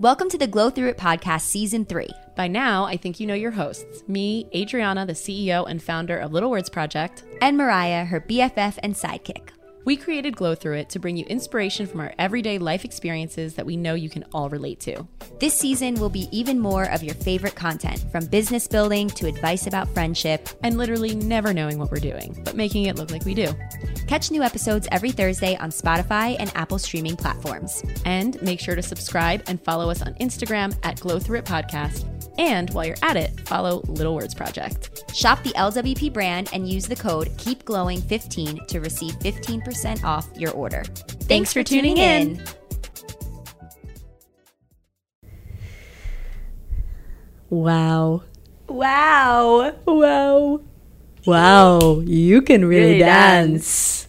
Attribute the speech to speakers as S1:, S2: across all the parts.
S1: Welcome to the Glow Through It podcast, season three.
S2: By now, I think you know your hosts me, Adriana, the CEO and founder of Little Words Project.
S1: And Mariah, her BFF and sidekick.
S2: We created Glow Through It to bring you inspiration from our everyday life experiences that we know you can all relate to.
S1: This season will be even more of your favorite content, from business building to advice about friendship.
S2: And literally never knowing what we're doing, but making it look like we do.
S1: Catch new episodes every Thursday on Spotify and Apple streaming platforms.
S2: And make sure to subscribe and follow us on Instagram at Glow Through It Podcast. And while you're at it, follow Little Words Project.
S1: Shop the LWP brand and use the code KEEPGLOWING15 to receive 15% off your order. Thanks, for, tuning, in.
S3: Wow.
S4: Wow.
S3: Wow. Wow. You can really,
S4: Really
S3: dance.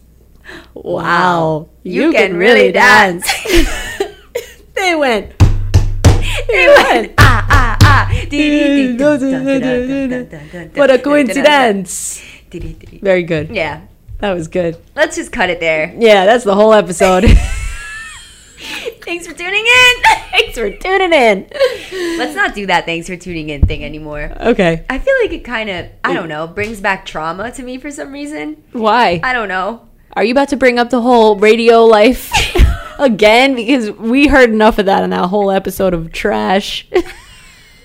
S3: Wow.
S4: You can really dance.
S3: they went. They
S4: It
S3: went.
S4: ah, ah, ah. Dee, dee, dee, dun, dun, dun, dun, dun,
S3: what a
S4: dun, dun, dun, dun.
S3: coincidence.
S4: Dee, dee, dee.
S3: Very good.
S4: Yeah.
S3: That was good.
S4: Let's just cut it there.
S3: Yeah, that's the whole episode.
S4: Thanks for tuning in.
S3: Thanks for tuning in.
S4: Let's not do that thanks for tuning in thing anymore.
S3: Okay.
S4: I feel like it kind of, I don't know, brings back trauma to me for some reason.
S3: Why?
S4: I don't know.
S3: Are you about to bring up the whole radio life again? Because we heard enough of that in that whole episode of trash.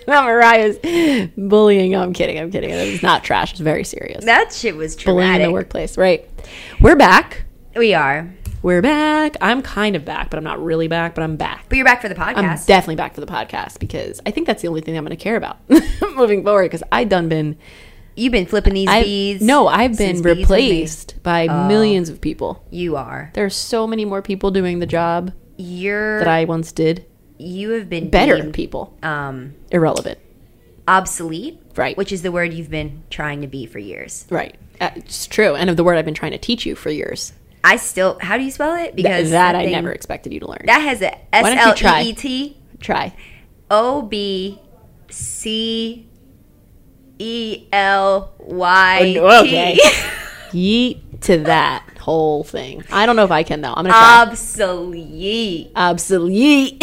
S3: Not Mariah's bullying. I'm kidding. I'm kidding. It was not trash. It's very serious.
S4: That shit was
S3: bullying in the
S4: traumatic.
S3: workplace. Right. We're back.
S4: We are.
S3: We're back. I'm kind of back, but I'm not really back, but I'm back.
S4: But you're back for the
S3: I'm
S4: podcast.
S3: definitely back for the podcast because I think that's the only thing I'm going to care about moving forward because I done been.
S4: You've been flipping these
S3: I,
S4: bees.
S3: no, I've been
S4: since bees was
S3: replaced by millions of people.
S4: made. You are.
S3: There's so many more people doing the job
S4: You're.
S3: that I once did.
S4: you have been
S3: Better
S4: deemed,
S3: people.
S4: Um,
S3: Irrelevant.
S4: obsolete.
S3: Right.
S4: Which is the word you've been trying to be for years.
S3: Right. Uh, It's true. And of the word I've been trying to teach you for years.
S4: I still. How do you spell it?
S3: Th-
S4: Because
S3: that I
S4: thing-
S3: never expected you to learn.
S4: That has a S
S3: don't you
S4: L
S3: try?
S4: E E T
S3: Try.
S4: O B C E L Y
S3: Oh, okay.
S4: T.
S3: Yeet to that whole thing. I don't know if I can, though. I'm going
S4: Uh,
S3: to try.
S4: Obsolete.
S3: Uh, Obsolete.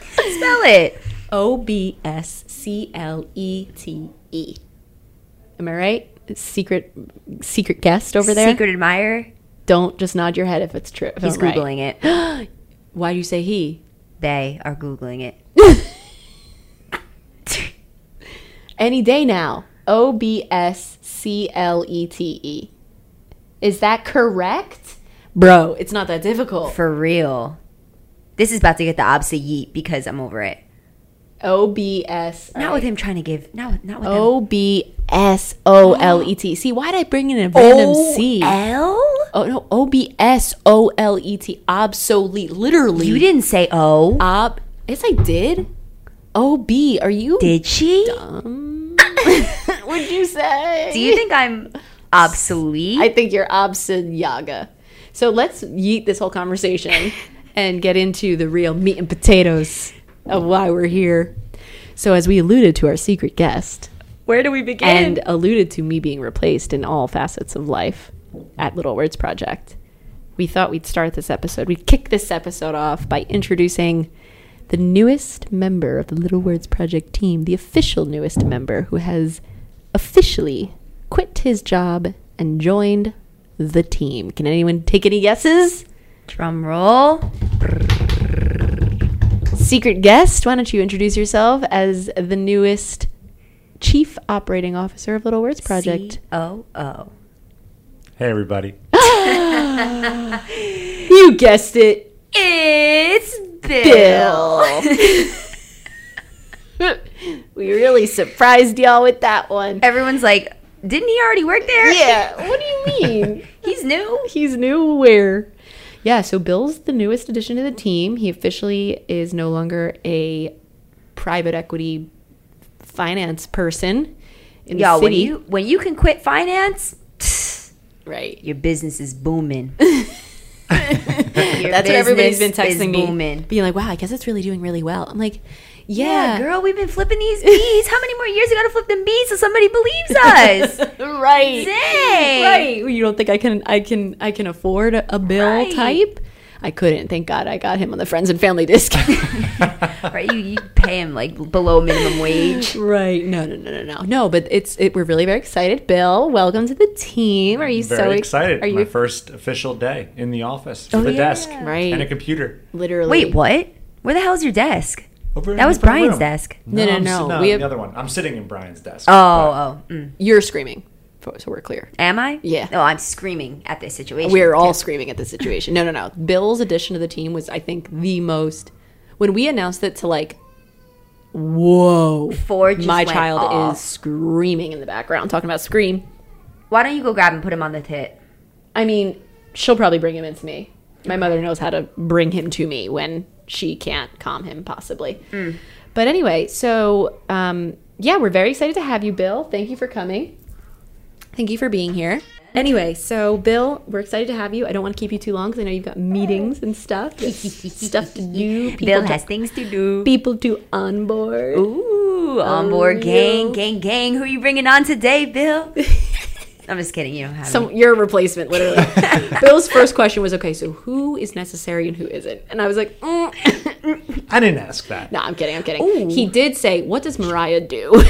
S4: Spell it.
S3: O B S C L E T E. Am I right? Secret secret guest over there.
S4: Secret admirer.
S3: Don't just nod your head if it's true. if
S4: He's
S3: I'm right.
S4: googling it.
S3: Why do you say he?
S4: They are googling it.
S3: Any day now. O B S C L E T E. Is that correct? Bro, it's not that difficult.
S4: For real. This is about to get the obsolete because I'm over it.
S3: O B S
S4: Not with him trying to give. Not with. Not with him.
S3: O B S O L E T. See, why did I bring in a random C?
S4: O L.
S3: Oh no, O B S O L E T. Obsolete. Literally.
S4: You didn't say oh. O.
S3: Ob. Yes, I did. Ob. Are you?
S4: Did she?
S3: Um, what'd you say?
S4: Do you think I'm obsolete?
S3: I think you're obsid yaga. So let's yeet this whole conversation and get into the real meat and potatoes of why we're here. So as we alluded to our secret guest
S4: Where do we begin?
S3: and alluded to me being replaced in all facets of life at Little Words Project, we thought we'd start this episode. We'd kick this episode off by introducing the newest member of the Little Words Project team, the official newest member who has officially quit his job and joined the team. Can anyone take any guesses?
S4: Drum roll.
S3: Secret guest, why don't you introduce yourself as the newest chief operating officer of Little Words Project?
S4: O O.
S5: Hey, everybody.
S3: You guessed it.
S4: It's Bill.
S3: Bill. we really surprised y'all with that one.
S4: Everyone's like, didn't he already work there?
S3: Yeah, what do you mean?
S4: He's new.
S3: He's new where? Yeah, so Bill's the newest addition to the team. He officially is no longer a private equity finance person in
S4: Y'all,
S3: the
S4: when
S3: city.
S4: you when you can quit finance,
S3: right.
S4: your business is booming.
S3: That's what everybody's been
S4: business is
S3: texting me.
S4: booming.
S3: Being like, wow, I guess it's really doing really well. I'm like,
S4: Yeah,
S3: yeah,
S4: girl, we've been flipping these bees. How many more years we gotta flip them bees so somebody believes us?
S3: right.
S4: Dang.
S3: Right. You don't think I can I can I can afford a bill
S4: Right.
S3: type? I couldn't. Thank God I got him on the friends and family discount.
S4: right? You, you pay him like below minimum wage.
S3: right. No, no, no, no, no. No, but it's it, we're really very excited. Bill, welcome to the team. Are you
S5: Very
S3: so ex-
S5: excited.
S3: Are you Oh,
S5: My first official day in the office with a
S3: yeah.
S5: desk
S3: Right.
S5: and a computer.
S3: literally
S4: Wait, what? Where the hell's your desk?
S5: Over in
S4: That was
S5: the front
S4: Brian's
S5: room.
S4: desk.
S3: No, no,
S5: I'm
S3: no.
S5: si- no
S3: We have-
S5: the other one. I'm sitting in Brian's desk.
S4: Oh, oh. Mm.
S3: You're screaming. So so we're clear.
S4: Am I?
S3: Yeah.
S4: No, I'm screaming at this situation.
S3: We're all screaming at the situation. No, no, no. Bill's addition to the team was, I think, the most. When we announced it to like, whoa,
S4: Four just
S3: my
S4: went
S3: child
S4: off.
S3: is screaming in the background, talking about scream.
S4: Why don't you go grab and put him on the tit?
S3: I mean, she'll probably bring him into me. My mother knows how to bring him to me when she can't calm him, possibly.
S4: Mm.
S3: But anyway, so um, yeah, we're very excited to have you, Bill. Thank you for coming. Thank you for being here. Anyway, so Bill, we're excited to have you. I don't want to keep you too long because I know you've got meetings and stuff, stuff to do. People
S4: Bill
S3: to,
S4: has things to do.
S3: people to onboard.
S4: Ooh, on board gang, gang, gang. Who you bringing on today, Bill? I'm just kidding. You don't have
S3: Some, your replacement, literally. Bill's first question was, "Okay, so who is necessary and who isn't?" And I was like, mm.
S5: I didn't ask that.
S3: No, I'm kidding. I'm kidding. He did say, "What does Mariah do?"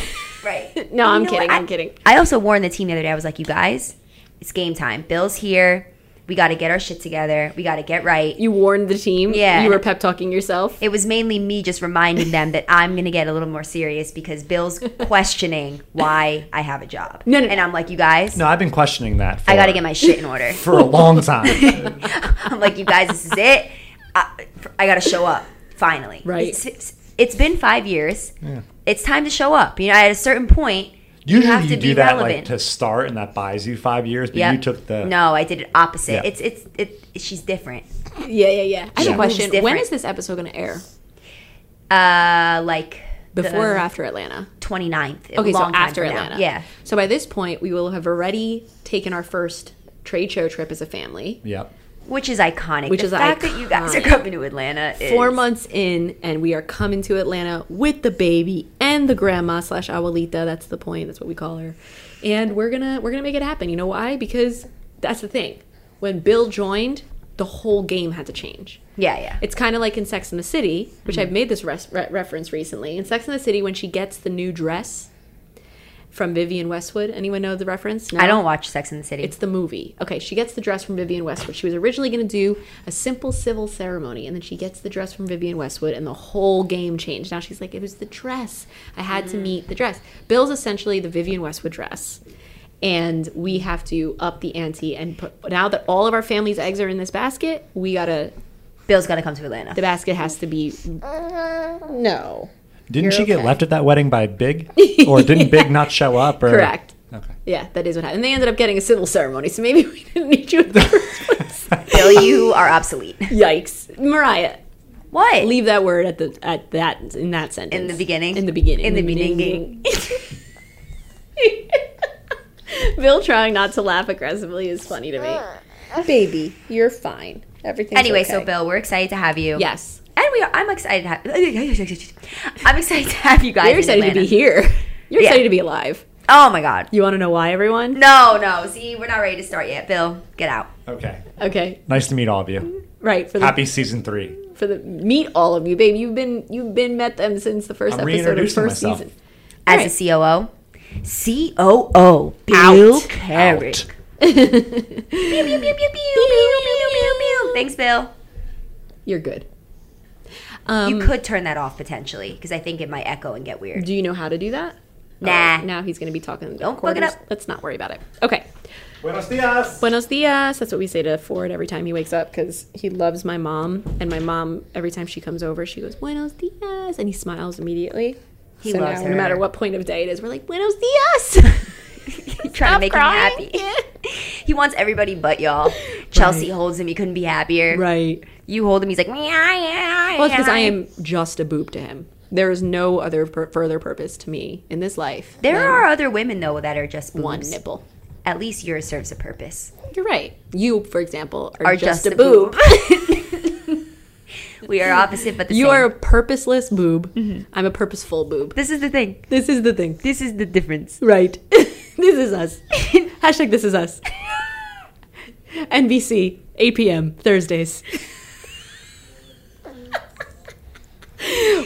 S4: Right.
S3: no,
S4: You
S3: I'm
S4: know
S3: kidding.
S4: what?
S3: I'm kidding.
S4: I also warned the team the other day. I was like, you guys, it's game time. Bill's here. We got to get our shit together. We got to get right.
S3: You warned the team.
S4: Yeah.
S3: You were pep talking yourself.
S4: it was mainly me just reminding them that I'm going to get a little more serious because Bill's questioning why I have a job.
S3: No, no,
S4: and
S3: no.
S4: I'm like, you guys,
S5: No, I've been questioning that. For,
S4: I got to get my shit in order.
S5: for a long time.
S4: I'm like, you guys, this is it. I, I got to show up finally.
S3: Right.
S4: It's, it's- it's been five years. It's time to show up. You know, at a certain point,
S5: Usually
S4: have
S5: you,
S4: to be
S5: do that like
S4: relevant.
S5: to start, and that buys you five years. But
S4: Yep.
S5: you took the
S4: no. I did it opposite.
S5: Yeah.
S4: It's it's it. She's different.
S3: Yeah, yeah, yeah. I have
S5: Yeah.
S3: a question.
S4: It's
S3: When
S4: different.
S3: is this episode going to air?
S4: Uh, like
S3: Before or
S4: the
S3: after Atlanta?
S4: 29th.
S3: Okay, so
S4: long time
S3: after
S4: from now.
S3: Atlanta.
S4: Yeah.
S3: So by this point, we will have already taken our first trade show trip as a family.
S5: Yep.
S4: Which is iconic.
S3: Which
S4: the
S3: is
S4: fact that you guys are
S3: iconic.
S4: coming to Atlanta is
S3: Four months in, and we are coming to Atlanta with the baby and the grandma slash abuelita. That's the point. That's what we call her. And we're gonna we're gonna make it happen. You know why? Because that's the thing. When Bill joined, the whole game had to change.
S4: Yeah, Mm-hmm. yeah.
S3: It's kind of like in Sex and the City, which I've made this res- re- reference recently. In Sex and the City, when she gets the new dress from Vivian Westwood, anyone know the reference? No?
S4: I don't watch Sex in the City.
S3: It's the movie. Okay, she gets the dress from Vivian Westwood. She was originally going to do a simple civil ceremony, and then she gets the dress from Vivian Westwood, and the whole game changed. Now she's like, it was the dress. I had to meet the dress. Bill's essentially the Vivian Westwood dress. And we have to up the ante and put. Now that all of our family's eggs are in this basket, we gotta.
S4: Bill's got to come to Atlanta.
S3: The basket has to be. no.
S5: Didn't she get left at that wedding by Big, or didn't Big not show up? Or,
S3: Correct.
S5: Okay.
S3: Yeah, that is what happened. And they ended up getting a civil ceremony, so maybe we didn't need you in the first place.
S4: Bill, you are obsolete.
S3: Yikes, Mariah.
S4: What?
S3: leave that word at the at that in that sentence
S4: In the beginning?
S3: in the beginning
S4: In the
S3: bill trying not to laugh aggressively is funny to me baby you're fine everything
S4: Uh, Anyway, so Bill, we're excited to have you.
S3: yes
S4: And we are, I'm excited to have I'm excited to have you guys.
S3: you're excited to be here you're
S4: Yeah.
S3: excited to be alive
S4: Oh my god.
S3: you want to know why everyone
S4: No, no. See, we're not ready to start yet. Bill, get out.
S5: Okay.
S3: okay
S5: Nice to meet all of you.
S3: right for the
S5: Happy season three.
S3: for the meet all of you babe you've been you've been met them since the 1st episode
S5: I'm
S3: of
S5: reintroducing
S3: first
S5: myself.
S3: season
S4: As a COO. COO. Bill Carrick. Pew, pew, pew, pew, pew, pew, pew, pew. Thanks, Bill.
S3: you're good um
S4: You could turn that off potentially because I think it might echo and get weird.
S3: do you know how to do that
S4: Nah.
S3: Oh, now he's going to be talking.
S4: Don't fuck it
S3: quarters.
S4: up.
S3: Let's not worry about it. Okay.
S5: Buenos dias.
S3: Buenos dias. That's what we say to Ford every time he wakes up because he loves my mom. And my mom, every time she comes over, she goes, Buenos dias. And he smiles immediately.
S4: He
S3: so
S4: loves
S3: now,
S4: her.
S3: no matter what point of day it is, we're like, Buenos dias.
S4: Trying to
S3: Stop
S4: make
S3: crying.
S4: him happy. he wants everybody but y'all. Chelsea holds him. He couldn't be happier.
S3: right.
S4: You hold him. He's like, meow, meow,
S3: Well, it's because I
S4: meow."
S3: am just a boob to him. There is no other pur- further purpose to me in this life.
S4: There
S3: than
S4: are other women though that are just boobs.
S3: one nipple.
S4: At least yours serves a purpose.
S3: You're right. You, for example, are,
S4: Are
S3: just,
S4: just
S3: a
S4: a
S3: boob.
S4: We are opposite, but the
S3: you
S4: same.
S3: are a purposeless boob. I'm a purposeful boob.
S4: This is the thing.
S3: This is the thing.
S4: This is the difference.
S3: Right. this is us. Hashtag this is us. NBC, 8 p.m., Thursdays.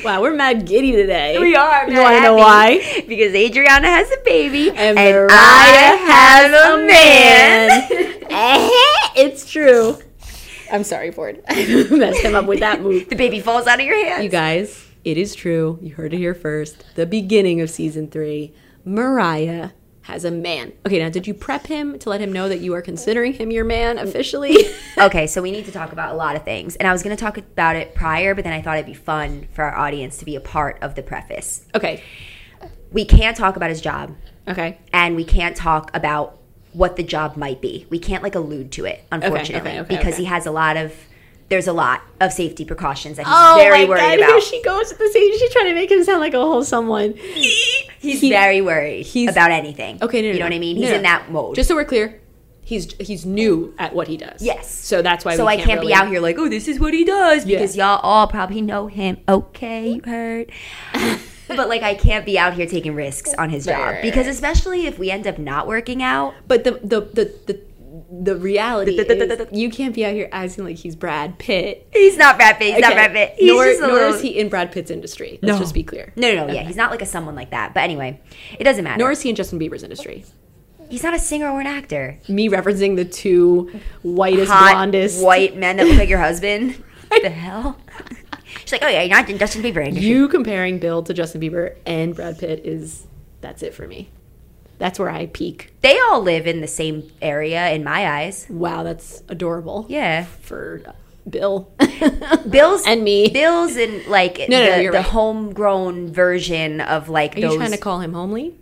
S3: Wow, we're mad giddy today.
S4: We are.
S3: You
S4: man,
S3: want to know
S4: happy.
S3: why?
S4: Because Adriana has a baby
S3: And
S4: and,
S3: Mariah
S4: I have
S3: has
S4: a
S3: a
S4: man.
S3: it's true. I'm sorry, Ford. I messed him up with that move.
S4: the baby falls out of your hands.
S3: You guys, it is true. You heard it here first. The beginning of season three. Mariah has a man. Okay, now did you prep him to let him know that you are considering him your man officially?
S4: okay, so we need to talk about a lot of things. And I was going to talk about it prior, but then I thought it'd be fun for our audience to be a part of the preface.
S3: okay.
S4: We can't talk about his job,
S3: Okay.
S4: and we can't talk about what the job might be. We can't like allude to it, unfortunately,
S3: okay, okay,
S4: because
S3: okay.
S4: he has a lot of. There's a lot of safety precautions that he's
S3: Oh
S4: very worried about.
S3: Here she goes at the stage. She's trying to make him sound like a whole someone.
S4: he's
S3: he-
S4: very worried
S3: he's-
S4: about anything.
S3: Okay, no,
S4: you
S3: no,
S4: know
S3: no.
S4: what I mean.
S3: No,
S4: He's
S3: no.
S4: in that mode.
S3: Just so we're clear, he's he's new at what he does.
S4: Yes.
S3: So that's why.
S4: so
S3: we
S4: I can't be
S3: really-
S4: out here like, oh, this is what he does
S3: Yeah.
S4: because y'all all probably know him. Okay, you heard. but like, I can't be out here taking risks on his job
S3: right,
S4: because especially if we end up not working out.
S3: But the the the the, the reality
S4: The- the- the-
S3: is
S4: the- the-
S3: you can't be out here acting like he's Brad Pitt.
S4: He's not Brad Pitt. He's not Brad Pitt. He's
S3: nor
S4: just a
S3: nor
S4: little.
S3: is he in Brad Pitt's industry. Let's just be clear.
S4: no, no, no. Yeah, he's not like a someone like that. But anyway, it doesn't matter.
S3: Nor is he in Justin Bieber's industry.
S4: he's not a singer or an actor.
S3: Me referencing the two whitest,
S4: Hot
S3: blondest,
S4: white men that look like your husband. What the hell? She's like, oh yeah, you're not in Justin Bieber. industry."
S3: you comparing Bill to Justin Bieber and Brad Pitt is that's it for me. That's where I peak.
S4: they all live in the same area in my eyes.
S3: Wow, that's adorable.
S4: Yeah.
S3: For Bill.
S4: Bill's
S3: And me.
S4: Bill's in like
S3: No, no,
S4: the,
S3: no, you're
S4: the
S3: right.
S4: homegrown version of like
S3: Are
S4: those.
S3: you trying to call him homely?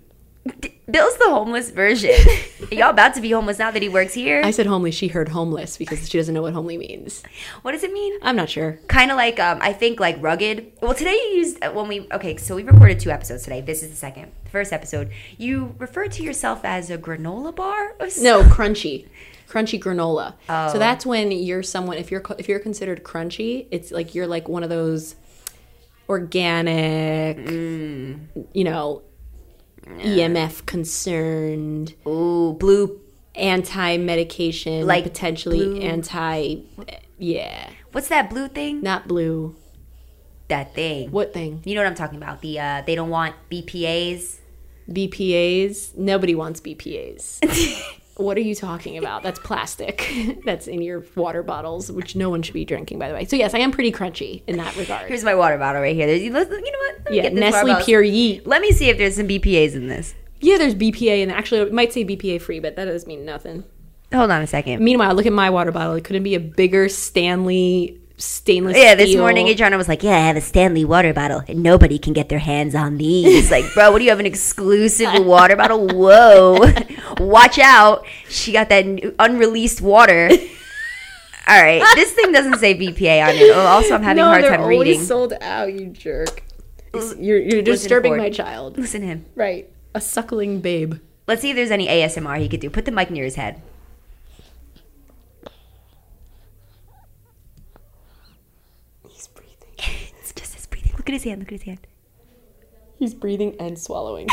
S4: D- Bill's the homeless version. Y'all about to be homeless now that he works here.
S3: I said homely. She heard homeless because she doesn't know what homely means.
S4: what does it mean?
S3: I'm not sure.
S4: Kind of like um, I think like rugged. Well, today you used uh, when we okay. So we recorded two episodes today. This is the second, the first episode. You referred to yourself as a granola bar. Or
S3: No, crunchy, crunchy granola.
S4: Oh.
S3: So that's when you're someone. If you're co- if you're considered crunchy, it's like you're like one of those organic,
S4: Mm.
S3: you know, EMF concerned,
S4: Ooh, blue.
S3: anti medication,
S4: Like
S3: potentially
S4: blue-
S3: anti. Yeah,
S4: What's that blue thing?
S3: not blue.
S4: That thing.
S3: What thing?
S4: You know what I'm talking about? The uh, they don't want BPAs.
S3: BPAs. Nobody wants BPAs. What are you talking about? That's plastic. That's in your water bottles, which no one should be drinking, by the way. So yes, I am pretty crunchy in that regard.
S4: Here's my water bottle right here. There's, you know what? Let me
S3: yeah,
S4: get this water
S3: Nestle
S4: bottle.
S3: Pure Yeet.
S4: Let me see if there's some BPAs in this.
S3: Yeah, there's BPA, and actually, it might say BPA free, but that doesn't mean nothing.
S4: Hold on a second.
S3: Meanwhile, look at my water bottle. It couldn't be a bigger Stanley stainless.
S4: Yeah, this
S3: steel.
S4: morning Adriana was like, "Yeah, I have a Stanley water bottle, and nobody can get their hands on these." like, bro, what do you have an exclusive water bottle? Whoa, watch out! She got that new- unreleased water. All right, this thing doesn't say BPA on it. Oh, also, I'm having
S3: no,
S4: a hard
S3: they're
S4: time
S3: always
S4: reading. Mm,
S3: sold out. You jerk. You're, you're disturbing
S4: Ford.
S3: my child.
S4: Listen to him.
S3: Right, a suckling babe.
S4: Let's see if there's any ASMR he could do. Put the mic near his head.
S3: He's breathing.
S4: It's just his breathing. Look at his hand. Look at his hand.
S3: He's breathing and swallowing.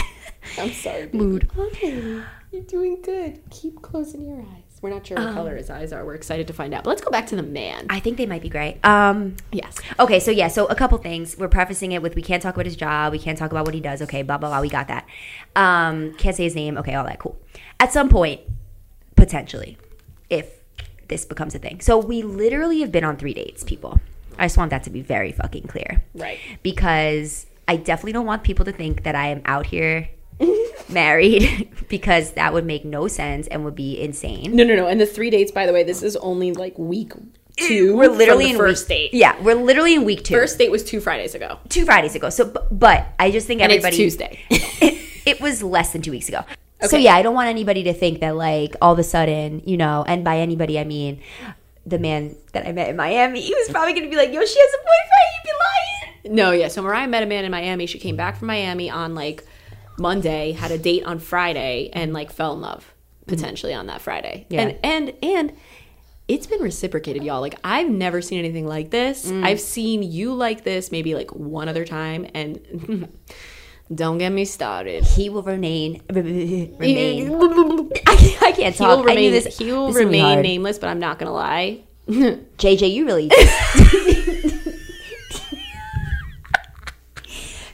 S3: I'm sorry. baby. Okay, you're doing good. Keep closing your eyes. We're not sure
S4: Um,
S3: what color his eyes are. We're excited to find out. But let's go back to the man.
S4: I think they might be great. Um,
S3: yes.
S4: Okay, so yeah, so a couple things. We're prefacing it with we can't talk about his job, we can't talk about what he does. Okay, blah blah blah. We got that. Um, can't say his name. Okay, all that cool. At some point, potentially, if this becomes a thing. So we literally have been on three dates, people. I just want that to be very fucking clear.
S3: Right.
S4: Because I definitely don't want people to think that I am out here married because that would make no sense and would be insane.
S3: No, no, no. And the three dates, by the way, this is only like week two.
S4: We're literally
S3: from
S4: in
S3: the first
S4: week,
S3: date.
S4: Yeah, we're literally in week two.
S3: First date was two Fridays ago.
S4: two Fridays ago. So, but, but I just think
S3: And it's
S4: everybody
S3: Tuesday.
S4: it, it was less than two weeks ago. So yeah, I don't want anybody to think that like all of a sudden, you know, and by anybody I mean the man that I met in Miami. He was probably going to be like, "Yo, she has a boyfriend." You'd be lying.
S3: No, yeah. So Mariah met a man in Miami. She came back from Miami on like Monday, had a date on Friday, and like fell in love potentially on that Friday.
S4: Yeah.
S3: And and and it's been reciprocated, y'all. Like I've never seen anything like this. I've seen you like this maybe like one other time, and don't get me started.
S4: He will remain remain.
S3: I,
S4: I can't
S3: He
S4: talk.
S3: will
S4: I knew
S3: remain,
S4: this.
S3: he will
S4: this is gonna be
S3: remain
S4: hard.
S3: nameless, but I'm not gonna lie.
S4: JJ, you really.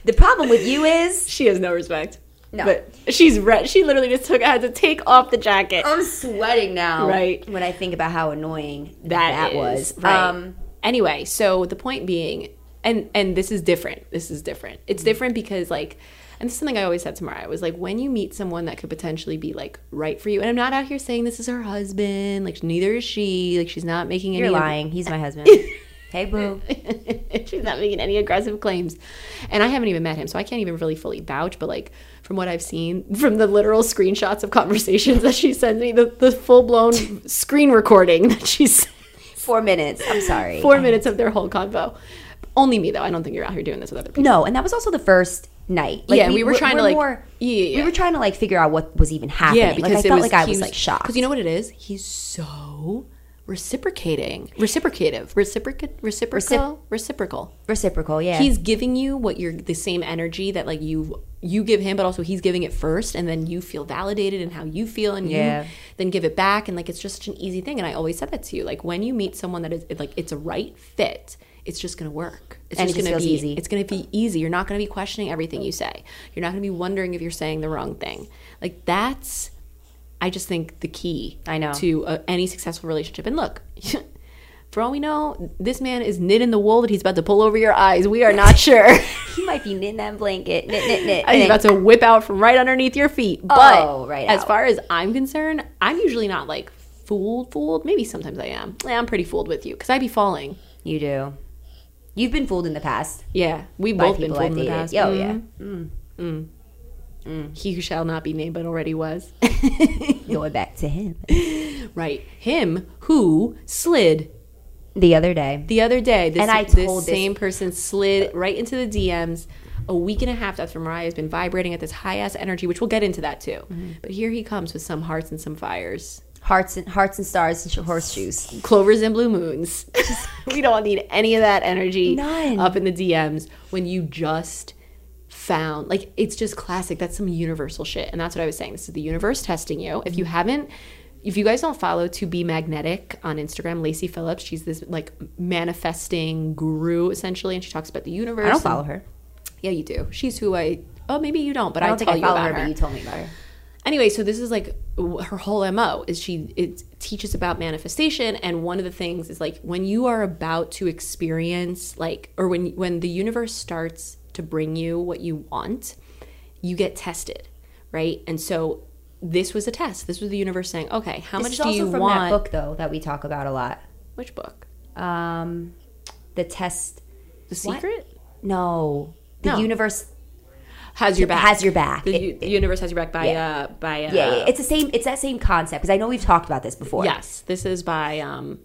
S4: The problem with you is
S3: She has no respect.
S4: No.
S3: But she's red. She literally just took had to take off the jacket.
S4: I'm sweating now.
S3: Right.
S4: When I think about how annoying
S3: that,
S4: that, was.
S3: is, right.
S4: Um
S3: anyway so the point being and and this is different this is different it's different because like and this is something i always said to mara was like when you meet someone that could potentially be like right for you and i'm not out here saying this is her husband like neither is she like she's not making any
S4: You're
S3: of-
S4: lying. He's my husband. hey boo.
S3: she's not making any aggressive claims and i haven't even met him so i can't even really fully vouch but like from what i've seen from the literal screenshots of conversations that she sends me the, the full-blown screen recording that she sends
S4: Four minutes. I'm sorry.
S3: four minutes of their whole convo. Only me though. I don't think you're out here doing this with other people.
S4: No, and that was also the first night. Like,
S3: Yeah, we were
S4: we're-
S3: trying
S4: we're
S3: to, like-
S4: more-
S3: Yeah, yeah, yeah.
S4: we were trying to like figure out what was even happening. like I felt like I was like shocked.
S3: Because you know what it is? He's so reciprocating, reciprocative, reciprocal, reciprocal, reciprocal.
S4: reciprocal. Yeah,
S3: He's giving you what you're the same energy that like you you give him, but also he's giving it first, and then you feel validated in how you feel, and
S4: Yeah.
S3: you then give it back, and like it's just such an easy thing. And I always said that to you, like when you meet someone that is like it's a right fit, it's just gonna work. It's
S4: And it
S3: just
S4: just
S3: gonna
S4: feels
S3: be
S4: easy.
S3: It's gonna be easy. You're not gonna be questioning everything you say. You're not gonna be wondering if you're saying the wrong thing. Like that's, I just think the key.
S4: I know.
S3: to uh, any successful relationship. And look. For all we know, this man is knitting the wool that he's about to pull over your eyes. We are not sure.
S4: he might be knitting that blanket. Knit, knit, knit.
S3: he's
S4: knit.
S3: about to whip out from right underneath your feet. But
S4: Oh, right
S3: as
S4: out.
S3: far as I'm concerned, I'm usually not like fooled, fooled. Maybe sometimes I am. Yeah, I'm pretty fooled with you because I'd be falling.
S4: You do. You've been fooled in the past.
S3: Yeah, we've
S4: By
S3: both been
S4: people I've
S3: fooled in the
S4: dated.
S3: past.
S4: Yeah, oh, yeah.
S3: He who shall not be named but already was. Mm-hmm.
S4: Going back to him
S3: right. Him who slid
S4: the other day.
S3: the other day. This,
S4: And I
S3: this
S4: told this-
S3: same person slid right into the DMs a week and a half after Mariah has been vibrating at this high ass energy, which we'll get into that too.
S4: Mm-hmm.
S3: But here he comes with some hearts and some fires,
S4: Hearts and hearts and stars and sh- horseshoes.
S3: clovers and blue moons. we don't need any of that energy
S4: None.
S3: up in the DMs when you just found like it's just classic. That's some universal shit, and that's what I was saying. This is the universe testing you. If you
S4: Mm-hmm.
S3: haven't. If you guys don't follow To Be Magnetic on Instagram, Lacey Phillips, she's this like manifesting guru essentially, and she talks about the universe.
S4: I don't
S3: and-
S4: follow her.
S3: yeah, you do. She's who I. Oh, maybe you don't, but I,
S4: I don't think
S3: tell
S4: I follow
S3: you
S4: her,
S3: about her.
S4: but you told me about her.
S3: anyway, so this is like w- her whole mo is she it teaches about manifestation, and one of the things is like when you are about to experience like, or when when the universe starts to bring you what you want, you get tested, right? And so this was a test. This was the universe saying, okay, how
S4: This
S3: much
S4: is
S3: do
S4: also
S3: you
S4: from
S3: want?
S4: that book though that we talk about a lot.
S3: Which book?
S4: Um, the test.
S3: The Secret
S4: No, the
S3: No.
S4: universe
S3: has your back.
S4: has your back.
S3: The
S4: It-
S3: u- universe has your back by
S4: Yeah.
S3: uh by uh,
S4: yeah, yeah, it's the same. It's that same concept because I know we've talked about this before.
S3: Yes, this is by um,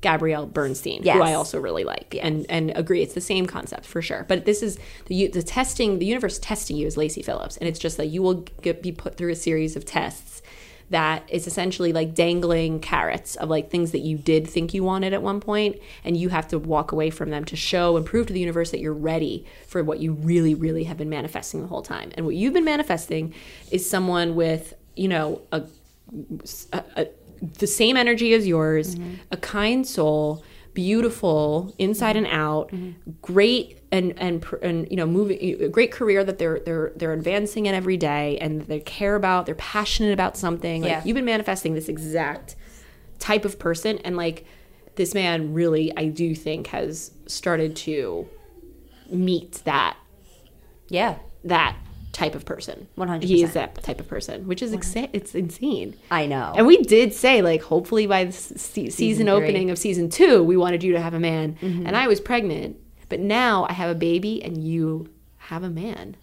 S3: Gabrielle Bernstein,
S4: Yes.
S3: who I also really like and and agree. It's the same concept for sure. But this is the u- the testing. The universe testing you is Lacey Phillips, and it's just that you will get, be put through a series of tests that is essentially like dangling carrots of like things that you did think you wanted at one point and you have to walk away from them to show and prove to the universe that you're ready for what you really really have been manifesting the whole time and what you've been manifesting is someone with you know a a, a, the same energy as yours, a kind soul, beautiful inside and out, great and and pr- and you know moving a great career that they're they're they're advancing in every day and they care about, they're passionate about something. Like
S4: Yeah.
S3: you've been manifesting this exact type of person and like this man really I do think has started to meet that
S4: Yeah.
S3: that type of person.
S4: 100%.
S3: He is that type of person, which is exa- it's insane.
S4: I know.
S3: And we did say, like, hopefully by the se- season,
S4: three. Mm-hmm.
S3: opening of season two, we wanted you to have a man. And I was pregnant, but now I have a baby and you have a man.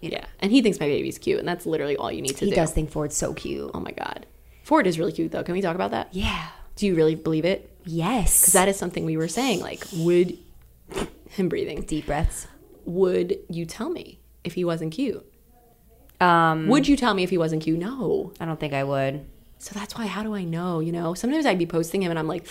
S3: Yeah. And he thinks my baby's cute, and that's literally all you need to
S4: he
S3: do.
S4: does think Ford's so cute.
S3: Oh my God. Ford is really cute, though. Can we talk about that?
S4: Yeah.
S3: Do you really believe it?
S4: Yes.
S3: That is something we were saying. Like, would him breathing,
S4: Deep breaths.
S3: would you tell me if he wasn't cute?
S4: Um,
S3: Would you tell me if he wasn't cute? No.
S4: I don't think I would.
S3: So that's why, how do I know? You know, sometimes I'd be posting him and I'm like,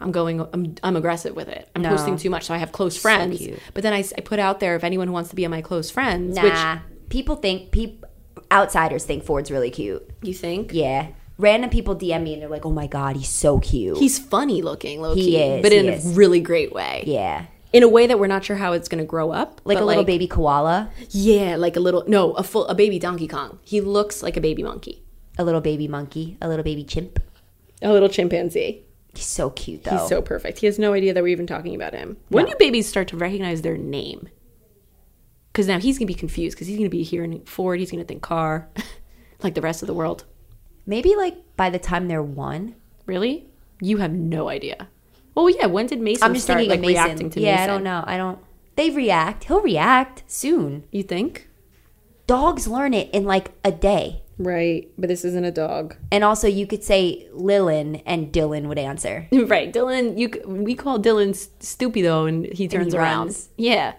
S3: I'm going, I'm, I'm aggressive with it. I'm posting too much. So I have close friends.
S4: cute.
S3: but then I, s- I put out there if anyone who wants to be on my close friends,
S4: Nah. people think peop outsiders think Ford's really cute.
S3: which you think?
S4: Yeah. Random people DM me and they're like, "Oh my god, he's so cute."
S3: He's funny looking, low
S4: He
S3: key,
S4: is,
S3: but in
S4: he
S3: a
S4: is.
S3: really great way.
S4: yeah.
S3: in a way that we're not sure how it's going to grow up.
S4: like a
S3: but,
S4: little baby koala,
S3: Yeah, like a little no, a full a baby Donkey Kong. He looks like a baby monkey.
S4: a little baby monkey, a little baby chimp.
S3: A little chimpanzee.
S4: He's so cute though.
S3: He's so perfect. He has no idea that we're even talking about him. When do babies start to recognize their name? Because now he's gonna be confused because he's gonna be hearing Ford. He's gonna think car, like the rest of the world.
S4: Maybe like by the time they're one.
S3: Really? You have no idea. Well, yeah. When did Mason
S4: I'm just
S3: start
S4: thinking
S3: like
S4: of Mason.
S3: reacting to
S4: yeah,
S3: Mason?
S4: I don't know. I don't. They react. He'll react soon.
S3: You think?
S4: Dogs learn it in like a day.
S3: Right, but this isn't a dog.
S4: And also, you could say Lilin, and Dylan would answer.
S3: Right, Dylan. You c- we call Dylan s- stupido, and he turns around.
S4: runs.
S3: Yeah,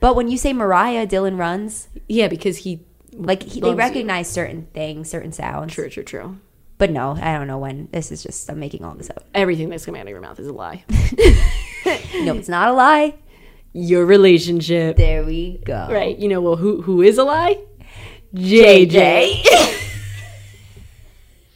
S4: But when you say Mariah, Dylan runs.
S3: yeah, because he.
S4: Like he,
S3: Loves
S4: they
S3: you.
S4: recognize certain things, certain sounds.
S3: True, true, true.
S4: But no, I don't know when. This is just I'm making all this up.
S3: Everything that's coming out of your mouth is a lie.
S4: No, it's not a lie.
S3: your relationship.
S4: There we go.
S3: Right. You know, well, who who is a lie? JJ.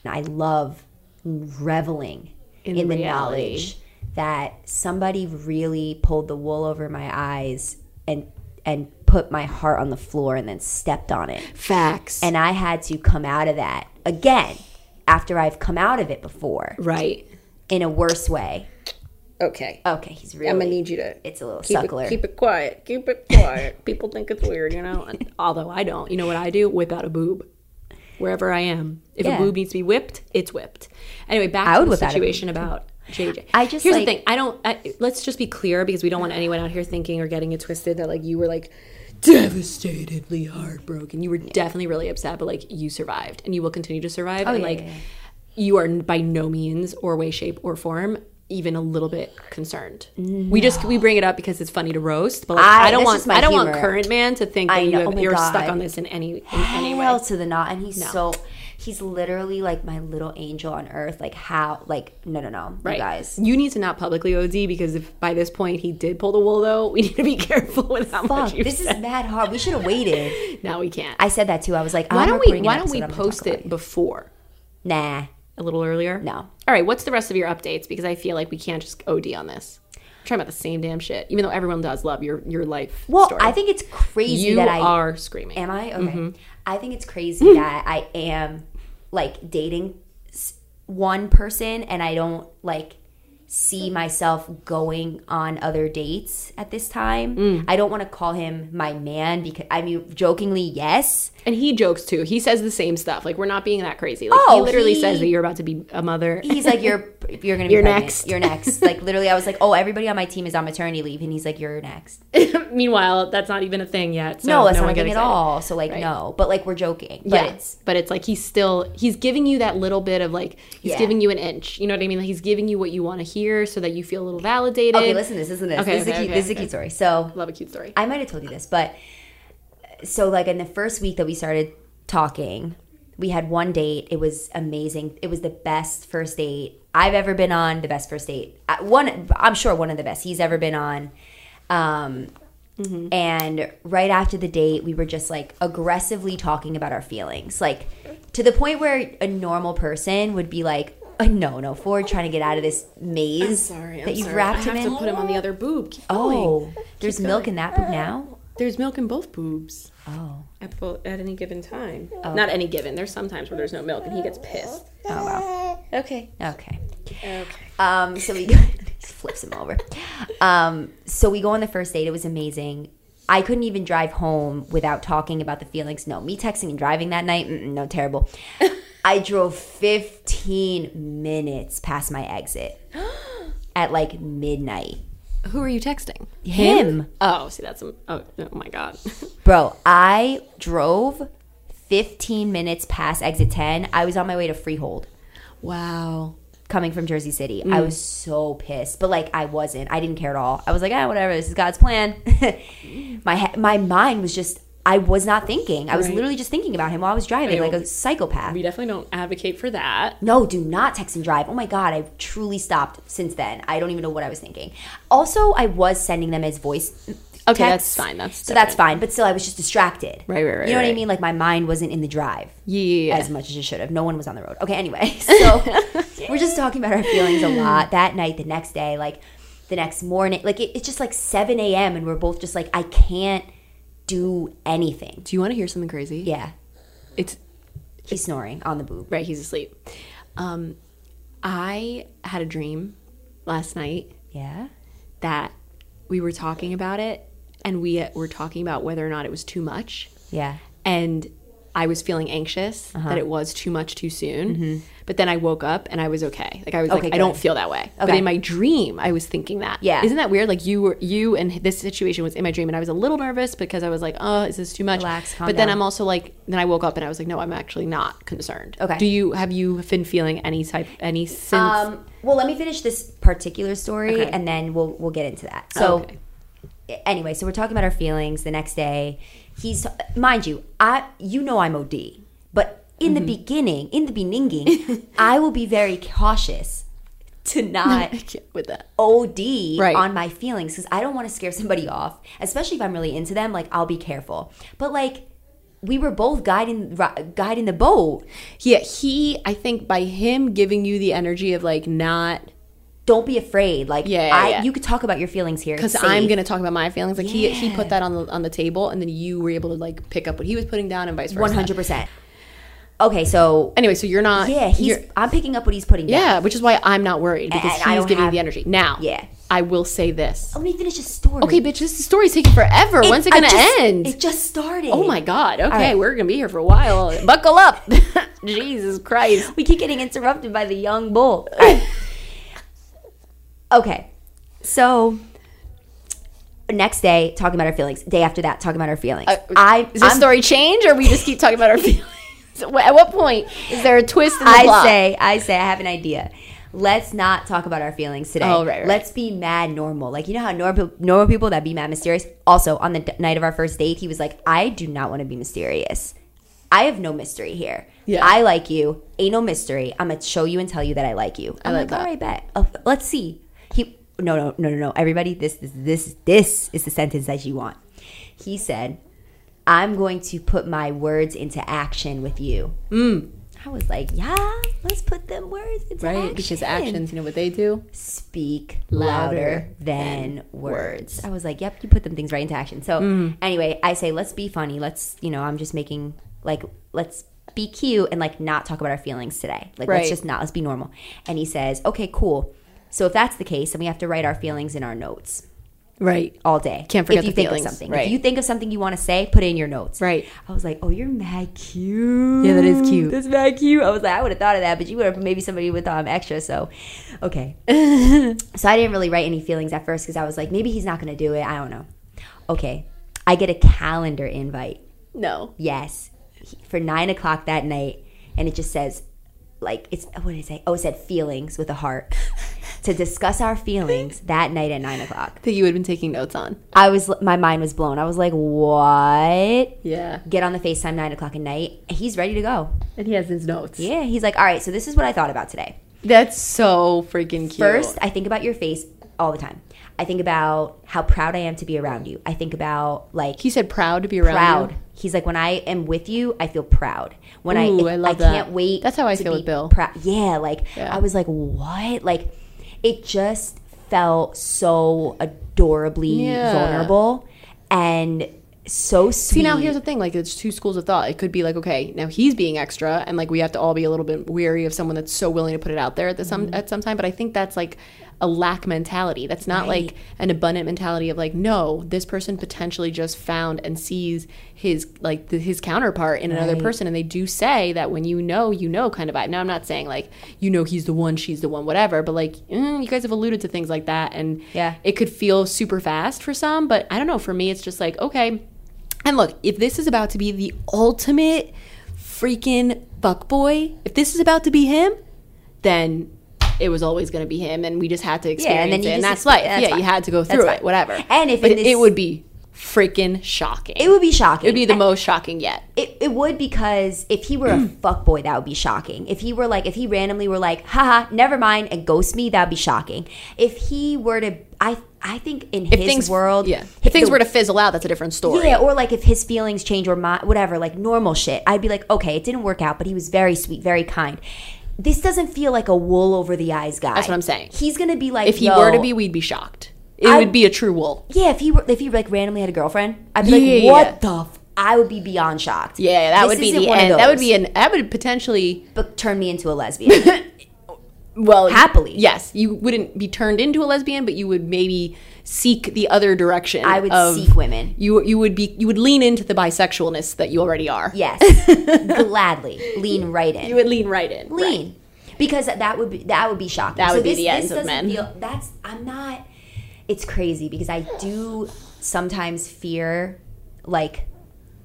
S4: I love reveling in, the
S3: reality.
S4: knowledge that somebody really pulled the wool over my eyes and and put my heart on the floor and then stepped on it.
S3: Facts.
S4: And I had to come out of that again after I've come out of it before
S3: right.
S4: in a worse way.
S3: Okay.
S4: Okay, he's really
S3: I'm gonna need you to
S4: it's a little
S3: keep
S4: suckler.
S3: It, keep it quiet. Keep it quiet. People think it's weird, you know. And although I don't, you know what I do? Whip out a boob wherever I am. If
S4: Yeah.
S3: a boob needs to be whipped, it's whipped. Anyway, back
S4: I
S3: to
S4: would
S3: the
S4: whip out a boob.
S3: situation about JJ.
S4: I just,
S3: here's
S4: like-
S3: the thing. I don't. I, let's just be clear because we don't want anyone out here thinking or getting it twisted that like you were like devastatedly heartbroken. You were definitely really upset, but like you survived and you will continue to survive. and
S4: Oh, yeah,
S3: like
S4: yeah,
S3: you are by no means or way, shape, or form even a little bit concerned. We just we bring it up because it's funny to roast, but like,
S4: I-
S3: I, don't
S4: that's
S3: want
S4: just my
S3: I don't want
S4: humor.
S3: current man to think
S4: I
S3: that you
S4: know.
S3: have,
S4: Oh my
S3: you're
S4: God.
S3: stuck on this in any in any way.
S4: hell to the knot and he's so he's literally like my little angel on earth like how like no no no
S3: Right.
S4: you guys
S3: you need to not publicly OD because if by this point he did pull the wool, though, we need to be careful with how
S4: fuck
S3: much you
S4: this
S3: said.
S4: is mad hard we should have waited
S3: now we can't.
S4: i said that too i was like "Oh,
S3: why
S4: I'm
S3: don't we
S4: recording
S3: Why
S4: an
S3: don't we
S4: episode, I'm gonna
S3: post
S4: talk about
S3: it before
S4: nah
S3: a little earlier?
S4: No.
S3: All right. What's the rest of your updates? Because I feel like we can't just OD on this. We're talking about the same damn shit, even though everyone does love your your life.
S4: well
S3: story.
S4: i think it's crazy
S3: you
S4: that i
S3: are Mm-hmm. screaming.
S4: am i okay i think it's crazy that i am like dating s- one person and i don't like see myself going on other dates at this time
S3: Mm.
S4: i don't want to call him my man because i mean jokingly yes
S3: And he jokes too. He says the same stuff. Like we're not being that crazy. Like he
S4: Oh,
S3: literally says
S4: he-
S3: that you're about to be a mother.
S4: he's like you're you're gonna be
S3: You're
S4: pregnant.
S3: next.
S4: you're next like literally i was like oh everybody on my team is on maternity leave and he's like you're next
S3: Meanwhile, that's not even a thing yet. So
S4: no that's
S3: one
S4: not a
S3: get
S4: thing at
S3: excited.
S4: all so like no but like we're joking but
S3: yeah.
S4: it's
S3: but it's like he's still he's giving you that little bit of like he's
S4: Yeah.
S3: giving you an inch. You know what I mean? Like he's giving you what you want to hear so that you feel a little validated.
S4: okay listen to this isn't this
S3: Okay,
S4: this, is a
S3: okay,
S4: key,
S3: okay,
S4: this is a
S3: okay.
S4: key story so
S3: Love a cute story.
S4: I might have told you this, but so like in the first week that we started talking, we had one date. It was amazing. It was the best first date I've ever been on. The best first date. Uh, One, I'm sure one of the best he's ever been on. Um,
S3: Mm-hmm.
S4: And right after the date, we were just like aggressively talking about our feelings, like to the point where a normal person would be like, "Uh, "No, no, Ford, trying to get out of this maze that you've wrapped him in."
S3: him on the other boob. Keep
S4: oh, there's milk in that book now.
S3: There's milk in both boobs.
S4: Oh.
S3: At, both, at any given time. Not any given. There's sometimes where there's no milk and he gets pissed.
S4: Oh wow.
S3: Okay.
S4: Okay.
S3: Okay.
S4: Um. So we he flips him over. Um. So we go on the first date. It was amazing. I couldn't even drive home without talking about the feelings. No, me texting and driving that night. Mm-mm, no, terrible. I drove 15 minutes past my exit at like midnight.
S3: Who are you texting?
S4: Him,
S3: Oh, see, that's oh, oh my god.
S4: bro. I drove 15 minutes past exit 10. I was on my way to Freehold.
S3: wow.
S4: coming from Jersey City. I was so pissed, but like I wasn't. I didn't care at all. I was like, ah, whatever. This is God's plan. my he- my mind was just. I was not thinking. I was
S3: Right.
S4: literally just thinking about him while I was driving,
S3: Ew.
S4: like a psychopath.
S3: We definitely don't advocate for that.
S4: No, do not text and drive. Oh my God, I've truly stopped since then. I don't even know what I was thinking. Also, I was sending them as voice. Okay,
S3: that's fine. That's
S4: so that's fine. But still, I was just distracted.
S3: Right, right, right,
S4: You know what I
S3: right.
S4: mean? Like my mind wasn't in the drive
S3: Yeah.
S4: as much as it should have. No one was on the road. Okay, anyway, so we're just talking about our feelings a lot that night, the next day, like. the next morning. Like it, it's just like 7 a.m. and we're both just like, I can't do anything.
S3: Do you want to hear something crazy?
S4: Yeah.
S3: It's
S4: He's snoring on the boob.
S3: right. He's asleep. Um, I had a dream last night
S4: Yeah.
S3: that we were talking about it, and we uh, were talking about whether or not it was too much.
S4: Yeah.
S3: and I was feeling anxious
S4: Uh-huh.
S3: that it was too much too soon. But then I woke up and I was okay. Like I was
S4: Mm-hmm. Okay,
S3: like, I don't
S4: good.
S3: feel that way. But
S4: Okay.
S3: in my dream, I was thinking that.
S4: Yeah.
S3: isn't that weird? Like you were you and this situation was in my dream, and I was a little nervous because I was like, oh, is this too much?
S4: Relax, calm
S3: but then
S4: down.
S3: I'm also like, then I woke up and I was like, no, I'm actually not concerned.
S4: Okay.
S3: Do you have you been feeling any type any since?
S4: Um, well, let me finish this particular story
S3: Okay.
S4: and then we'll we'll get into that. So
S3: Okay.
S4: anyway, so we're talking about our feelings the next day. He's mind you, I you know I'm OD, but in
S3: Mm-hmm.
S4: the beginning, in the beginning, I will be very cautious to not
S3: I can't with that.
S4: OD
S3: Right.
S4: on my feelings because I don't want to scare somebody off, especially if I'm really into them. Like I'll be careful, but like we were both guiding ri- guiding the boat.
S3: Yeah, he. I think by him giving you the energy of like not
S4: Don't be afraid. Like
S3: Yeah, yeah,
S4: I,
S3: yeah.
S4: you could talk about your feelings here
S3: because
S4: It's
S3: I'm
S4: safe.
S3: gonna talk about my feelings. Like he he put that on the on the table, and then you were able to like pick up what he was putting down, and vice versa.
S4: One hundred percent. Okay, so
S3: Anyway, so you're not.
S4: yeah, he's.
S3: you're-
S4: I'm picking up what he's putting down.
S3: yeah, which is why I'm not worried because
S4: And I
S3: he's
S4: don't
S3: giving you
S4: have-
S3: the energy now.
S4: Yeah.
S3: I will say this.
S4: Let me finish this story.
S3: Okay, bitch, this story's taking forever.
S4: It-
S3: When's it
S4: I
S3: gonna
S4: just-
S3: end?
S4: It just started.
S3: oh my god. Okay,
S4: right.
S3: we're gonna be here for a while. Buckle up. Jesus Christ.
S4: We keep getting interrupted by the young bull. All right. okay, so next day talking about our feelings. Day after that talking about our feelings. I
S3: Uh, Is this
S4: I'm-
S3: story change, or we just keep talking about our feelings? At what point is there a twist in the
S4: I
S3: plot?
S4: say I say I have an idea. Let's not talk about our feelings today.
S3: Oh, right, right.
S4: Let's be mad normal. Like you know how normal normal people that be mad mysterious. Also on the d- night of our first date, he was like, "I do not want to be mysterious. I have no mystery here.
S3: Yeah.
S4: I like you. Ain't no mystery. I'm gonna show you and tell you that I like you. I'm
S3: like
S4: all
S3: that.
S4: right, bet. Oh, let's see. He no no no no no. Everybody, this this this this is the sentence that you want. He said, "I'm going to put my words into action with you." I was like, yeah, let's put them words into
S3: Mm. right,
S4: action.
S3: because actions, you know what they do.
S4: speak
S3: Louder
S4: louder than words. I was like, yep, you put them things right into action. So
S3: Mm.
S4: anyway, I say, let's be funny. Let's, you know, I'm just making like, let's be cute and like not talk about our feelings today. Like,
S3: Right.
S4: let's just not, let's be normal. And he says, okay, cool. So if that's the case, then we have to write our feelings in our notes
S3: Right.
S4: all day.
S3: Can't forget
S4: if you
S3: the
S4: think
S3: feelings,
S4: of something.
S3: right.
S4: If you think of something you want to say, put it in your notes.
S3: Right.
S4: I was like, oh, you're mad cute.
S3: Yeah, that is cute.
S4: That's mad cute. I was like, I would have thought of that, but you would have maybe somebody would thought I'm extra. So, okay. so I didn't really write any feelings at first because I was like, maybe he's not going to do it. I don't know. Okay. I get a calendar invite.
S3: No.
S4: Yes, He- for nine o'clock that night, and it just says, like, it's what did it say? Oh, it said feelings with a heart to discuss our feelings that night at nine o'clock.
S3: That you had been taking notes on.
S4: I was my mind was blown. I was like, "What?"
S3: Yeah.
S4: Get on the Facetime nine o'clock at night. He's ready to go.
S3: And he has his notes.
S4: Yeah, he's like, "All right, so this is what I thought about today.
S3: That's so freaking cute.
S4: First, I think about your face all the time. I think about how proud I am to be around you. I think about like
S3: he said proud to be around.
S4: proud.
S3: you.
S4: He's like, when I am with you, I feel proud. When
S3: Ooh,
S4: I,
S3: I love
S4: I can't
S3: that.
S4: wait.
S3: That's how I
S4: to
S3: feel
S4: be
S3: with Bill.
S4: Prou- yeah, like
S3: Yeah.
S4: I was like, what? Like, it just felt so adorably
S3: Yeah.
S4: vulnerable and so sweet.
S3: See now, here's the thing: like, it's two schools of thought. It could be like, okay, now he's being extra, and like we have to all be a little bit weary of someone that's so willing to put it out there at the some at some time. But I think that's like a lack mentality. That's not like an abundant mentality of like, no, this person potentially just found and sees his like the, his counterpart in another person, and they do say that when you know, you know, kind of vibe. Now, I'm not saying like you know he's the one, she's the one, whatever. But like, mm, you guys have alluded to things like that, and
S4: Yeah.
S3: it could feel super fast for some. But I don't know. For me, it's just like okay. And look, if this is about to be the ultimate freaking fuckboy, if this is about to be him, then it was always going to be him, and we just had to experience
S4: and then you
S3: it, and
S4: just
S3: that's
S4: expe-
S3: life.
S4: that's
S3: yeah,
S4: fine.
S3: you had to go
S4: That's
S3: through
S4: fine.
S3: it, whatever.
S4: And if
S3: but
S4: in this-
S3: it would be freaking shocking,
S4: It would be shocking.
S3: It would be the most shocking yet.
S4: It, it would because if he were a
S3: Mm.
S4: fuckboy, that would be shocking. If he were like, if he randomly were like, haha, never mind, and ghost me, that'd be shocking. If he were to, I, I think in
S3: If
S4: his
S3: things
S4: world,
S3: yeah, if things
S4: the-
S3: were to fizzle out, that's a different story.
S4: yeah, or like if his feelings change or my whatever, like normal shit, I'd be like, okay, it didn't work out, but he was very sweet, very kind. this doesn't feel like a wool over the eyes guy.
S3: That's what I'm saying.
S4: He's gonna be like,
S3: If he
S4: yo-
S3: were to be, we'd be shocked. It
S4: I-
S3: would be a true wool.
S4: yeah, if he were, if he like randomly had a girlfriend, I'd be
S3: Yeah, yeah,
S4: like,
S3: yeah.
S4: what the? F-? I would be beyond shocked.
S3: Yeah, that
S4: This
S3: would be
S4: isn't
S3: the
S4: one of
S3: end. That would
S4: those.
S3: be an. That would potentially.
S4: but turn me into a lesbian.
S3: Well,
S4: Happily.
S3: Yes, you wouldn't be turned into a lesbian, but you would maybe seek the other direction.
S4: I would
S3: of-
S4: seek women.
S3: You you would be you would lean into the bisexualness that you already are.
S4: Yes, gladly lean right in.
S3: you would lean right in. Right.
S4: lean because that would be that would be shocking.
S3: That would be the ends of
S4: doesn't
S3: men.
S4: Feel, that's I'm not. It's crazy because I do sometimes fear like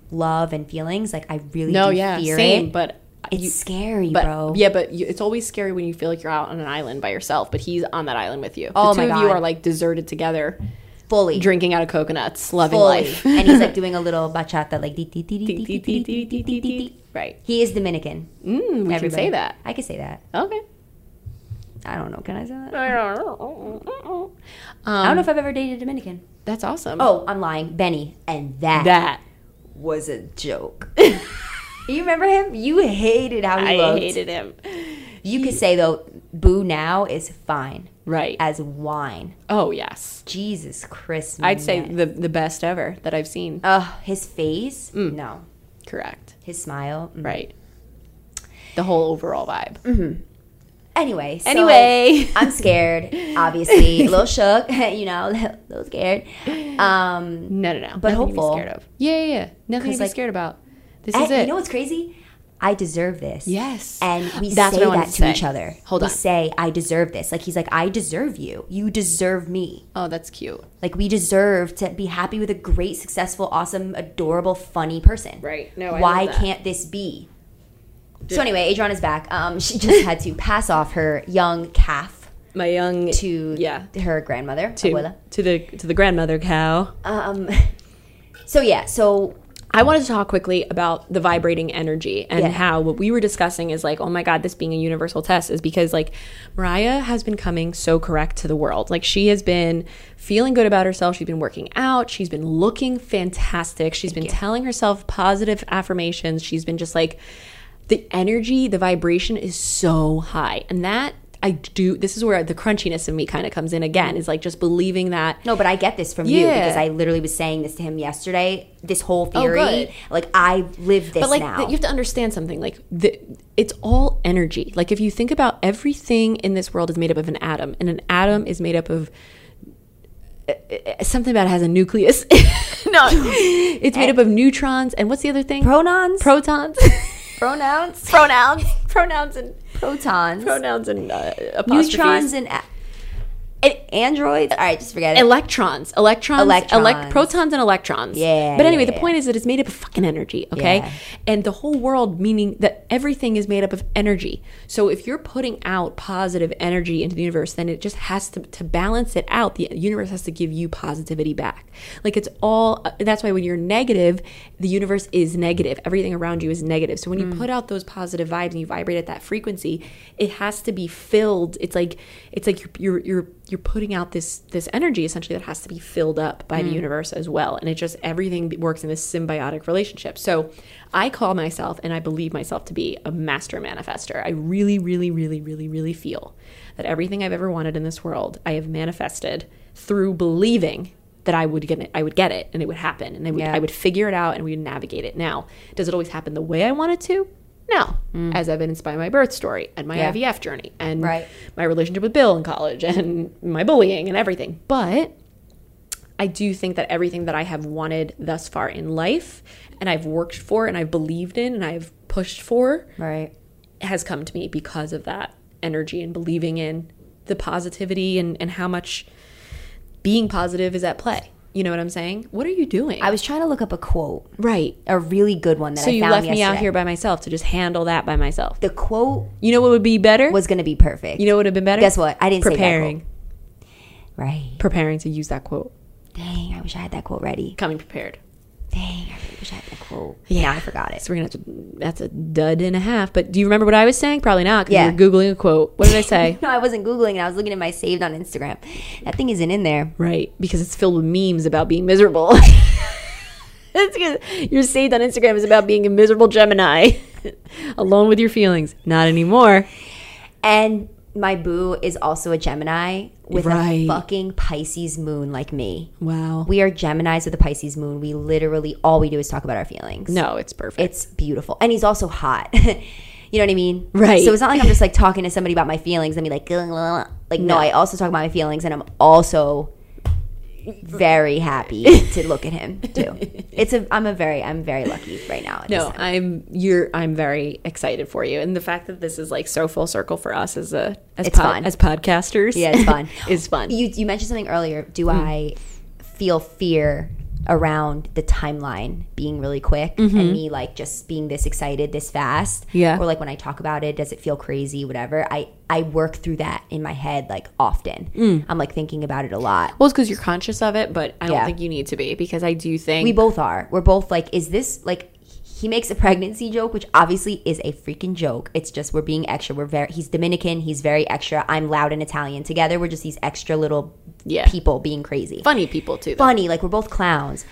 S4: love and feelings. Like I really
S3: No,
S4: do
S3: Oh, yeah,
S4: fear
S3: same,
S4: it.
S3: but
S4: it's
S3: you-
S4: scary,
S3: but
S4: bro.
S3: yeah, but you, it's always scary when you feel like you're out on an island by yourself, but he's on that island with you.
S4: Oh
S3: the
S4: my
S3: two of you
S4: God.
S3: are like deserted together,
S4: fully
S3: drinking out of coconuts, loving
S4: fully.
S3: life.
S4: and he's like doing a little bachata, like dee, dee, dee, dee, dee, dee, dee, dee, dee, dee, dee.
S3: right.
S4: he is Dominican.
S3: Mm, we can say that.
S4: I could say that.
S3: Okay.
S4: I don't know. Can I say that?
S3: Um,
S4: I don't know if I've ever dated a Dominican.
S3: that's awesome.
S4: Oh, I'm lying. Benny. And that,
S3: that
S4: was a joke. you remember him? You hated how he
S3: I
S4: looked.
S3: hated him.
S4: You could say though, boo now is fine
S3: Right.
S4: as wine.
S3: oh yes,
S4: Jesus Christ.
S3: I'd say
S4: man.
S3: the the best ever that I've seen.
S4: Ugh, his face? No.
S3: Correct.
S4: His smile? Mm.
S3: Mm. Right. The whole overall vibe.
S4: Anyway. so-
S3: Anyway.
S4: I'm scared, obviously. a little shook, you know, a little scared. Um,
S3: No, no, no.
S4: But
S3: Nothing to be
S4: hopeful.
S3: scared of. eh, Yeah, yeah, yeah. Nothing to
S4: 'Cause,
S3: be
S4: like,
S3: scared about. This
S4: I-
S3: is it.
S4: You know what's crazy? I deserve this.
S3: yes.
S4: And we
S3: That's
S4: say
S3: what I wanted
S4: that to,
S3: to say.
S4: each other.
S3: Hold
S4: we
S3: on.
S4: say, I deserve this. Like he's like, I deserve you. You deserve me.
S3: oh, that's cute.
S4: Like we deserve to be happy with a great, successful, awesome, adorable, funny person.
S3: Right. No, I
S4: Why
S3: love that.
S4: can't this be? So anyway, Adrian is back. Um, she just had to pass off her young calf
S3: My young
S4: to
S3: yeah
S4: her grandmother,
S3: to,
S4: abuela.
S3: to the to the grandmother cow.
S4: Um, so yeah, so
S3: I wanted to talk quickly about the vibrating energy and
S4: Yeah.
S3: how what we were discussing is like, oh my God, this being a universal test is because like Mariah has been coming so correct to the world. Like she has been feeling good about herself. She's been working out. She's been looking fantastic. She's been telling herself positive affirmations. She's been just like, the energy, the vibration is so high. And that I do, this is where the crunchiness of me kind of comes in again is like just believing that
S4: No, but I get this from you
S3: Yeah. Oh,
S4: because I literally was saying this to him yesterday. This whole theory,
S3: good.
S4: like I live this
S3: but like
S4: now.
S3: th- you have to understand something like the, it's all energy like if you think about everything in this world is made up of an atom and an atom is made up of uh, uh, something about it has a nucleus no it's made up of neutrons and what's the other thing
S4: pronouns,
S3: protons
S4: pronouns,
S3: pronouns pronouns and
S4: protons,
S3: pronouns and uh, apostrophes
S4: neutrons, and a- and androids. All right, just forget it.
S3: electrons, electrons,
S4: Electrons.
S3: elec- protons, and electrons.
S4: Yeah,
S3: But anyway,
S4: yeah,
S3: the point is that it's made up of fucking energy, okay?
S4: Yeah.
S3: And the whole world, meaning that everything is made up of energy. So if you're putting out positive energy into the universe, then it just has to to balance it out. The universe has to give you positivity back. Like it's all. uh, That's why when you're negative, the universe is negative. Everything around you is negative. So when
S4: Hmm.
S3: you put out those positive vibes and you vibrate at that frequency, it has to be filled. It's like it's like you're you're you're, you're putting out this this energy essentially that has to be filled up by
S4: Mm.
S3: the universe as well. And it just everything works in this symbiotic relationship. So I call myself and I believe myself to be a master manifester. I really really really really really feel that everything I've ever wanted in this world, I have manifested through believing that I would get it, I would get it and it would happen and I would,
S4: Yeah.
S3: I would figure it out and we would navigate it. Now, does it always happen the way I want it to? No, as evidenced by my birth story and my
S4: Mm. Yeah.
S3: IVF journey and
S4: Right.
S3: my relationship with Bill in college and my bullying and everything. But I do think that everything that I have wanted thus far in life and I've worked for and I've believed in and I've pushed for
S4: right.
S3: has come to me because of that energy and believing in the positivity and, and how much being positive is at play. You know what I'm saying? What are you doing?
S4: I was trying to look up a quote,
S3: right.
S4: a really good one that
S3: So
S4: I
S3: you
S4: found
S3: left me
S4: yesterday.
S3: out here by myself to just handle that by myself.
S4: The quote
S3: You know what would be better?
S4: was going to be perfect.
S3: you know what would have been better?
S4: Guess what? I didn't say that
S3: preparing,
S4: right?
S3: preparing to use that quote.
S4: Dang, I wish I had that quote ready.
S3: Coming prepared.
S4: Dang, I really wish I had that quote.
S3: Yeah.
S4: Now I forgot it.
S3: So we're gonna have to. That's a dud and a half. But do you remember what I was saying? Probably not. 'cause
S4: Yeah.
S3: you were googling a quote. What did I say?
S4: No, I wasn't googling it. I was looking at my saved on Instagram. That thing isn't in there.
S3: Right, because it's filled with memes about being miserable. That's because your saved on Instagram is about being a miserable Gemini, alone with your feelings. Not anymore.
S4: And my boo is also a Gemini with a
S3: Right.
S4: fucking Pisces moon like me.
S3: Wow.
S4: We are Geminis with a Pisces moon. We literally all we do is talk about our feelings.
S3: no, it's perfect.
S4: It's beautiful. And he's also hot. you know what I mean?
S3: Right.
S4: So it's not like I'm just like talking to somebody about my feelings and be like, like, no, I also talk about my feelings and I'm also very happy to look at him too. It's a, I'm a very, I'm very lucky right now. at this
S3: no,
S4: time.
S3: I'm you're I'm very excited for you, and the fact that this is like so full circle for us as a as
S4: It's
S3: pod-
S4: fun.
S3: as podcasters,
S4: Yeah, it's fun.
S3: is fun.
S4: You, you mentioned something earlier. Do I feel fear around the timeline being really quick and me like just being this excited this fast?
S3: Yeah.
S4: Or like when I talk about it, does it feel crazy? Whatever. I I work through that in my head like often. I'm like thinking about it a lot.
S3: Well, it's because you're conscious of it, but I don't
S4: Yeah.
S3: think you need to be because I do think
S4: We both are. We're both like, is this like? He makes a pregnancy joke, which obviously is a freaking joke. It's just we're being extra. We're very. He's Dominican. He's very extra. I'm loud and Italian. Together, we're just these extra little
S3: Yeah.
S4: people being crazy.
S3: funny people too. Though.
S4: funny. Like we're both clowns.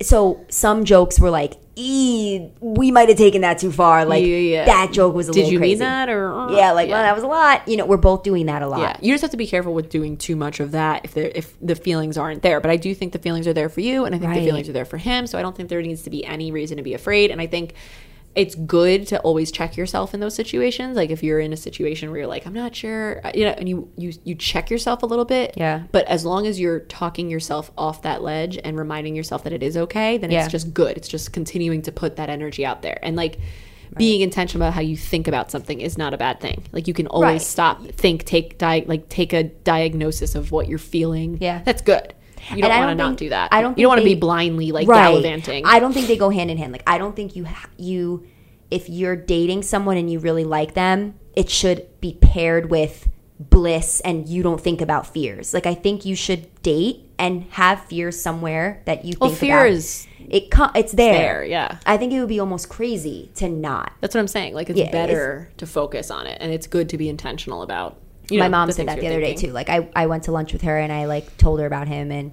S4: So some jokes were like, "Ee, we might have taken that too far." Like
S3: Yeah, yeah.
S4: that joke was a
S3: Did
S4: little
S3: you
S4: crazy.
S3: mean that or uh,
S4: Yeah, like well, that was a lot. You know, we're both doing that a lot.
S3: Yeah, you just have to be careful with doing too much of that if there if the feelings aren't there. But I do think the feelings are there for you, and I think
S4: Right.
S3: the feelings are there for him. So I don't think there needs to be any reason to be afraid. And I think it's good to always check yourself in those situations. Like if you're in a situation where you're like, I'm not sure, uh, you know, and you you you check yourself a little bit.
S4: Yeah.
S3: But as long as you're talking yourself off that ledge and reminding yourself that it is okay, then
S4: Yeah.
S3: it's just good. It's just continuing to put that energy out there and like. Being intentional about how you think about something is not a bad thing. Like you can always
S4: Right.
S3: stop, think, take di- like take a diagnosis of what you're feeling.
S4: Yeah.
S3: that's good. You don't
S4: I
S3: want to
S4: don't
S3: not
S4: think-
S3: do that.
S4: I don't
S3: You
S4: think
S3: don't want to be
S4: they-
S3: blindly like gallivanting.
S4: I don't think they go hand in hand. Like I don't think you ha- you if you're dating someone and you really like them, it should be paired with bliss and you don't think about fears. Like I think you should date and have fear somewhere that you
S3: well,
S4: think
S3: fear
S4: about.
S3: is
S4: it co- it's there.
S3: there. Yeah,
S4: I think it would be almost crazy to not.
S3: that's what I'm saying. Like it's
S4: Yeah, it's-
S3: better to focus on it, and it's good to be intentional about. You
S4: My
S3: know,
S4: mom
S3: the
S4: said
S3: things
S4: that the
S3: you're
S4: other day
S3: thinking.
S4: too. Like I, I went to lunch with her and I like told her about him and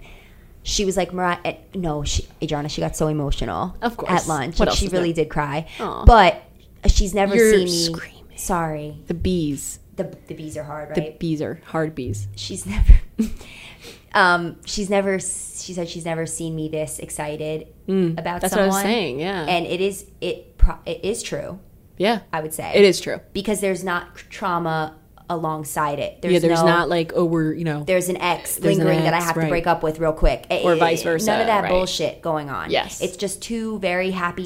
S4: she was like Mariah. eh, No, she, Adriana, she got so emotional.
S3: Of course.
S4: at lunch, and
S3: What else
S4: she
S3: is there?
S4: really did cry.
S3: Aw.
S4: But she's never
S3: You're
S4: seen me.
S3: screaming.
S4: Sorry,
S3: The bees,
S4: the the bees are hard,
S3: the
S4: right?
S3: bees are hard bees.
S4: she's never. um, she's never. She said she's never seen me this excited about
S3: Mm, That's
S4: someone.
S3: what I was saying. Yeah,
S4: And it is it pro- it is true.
S3: yeah,
S4: I would say
S3: it is true.
S4: because there's not trauma alongside it. There's
S3: yeah, there's
S4: no,
S3: not like oh we're you know
S4: there's an ex
S3: There's an
S4: lingering that I
S3: ex,
S4: have to
S3: right.
S4: break up with real quick, Eh,
S3: Or
S4: eh,
S3: vice
S4: eh,
S3: versa,
S4: None of that
S3: right.
S4: bullshit going on.
S3: Yes.
S4: it's just two very happy,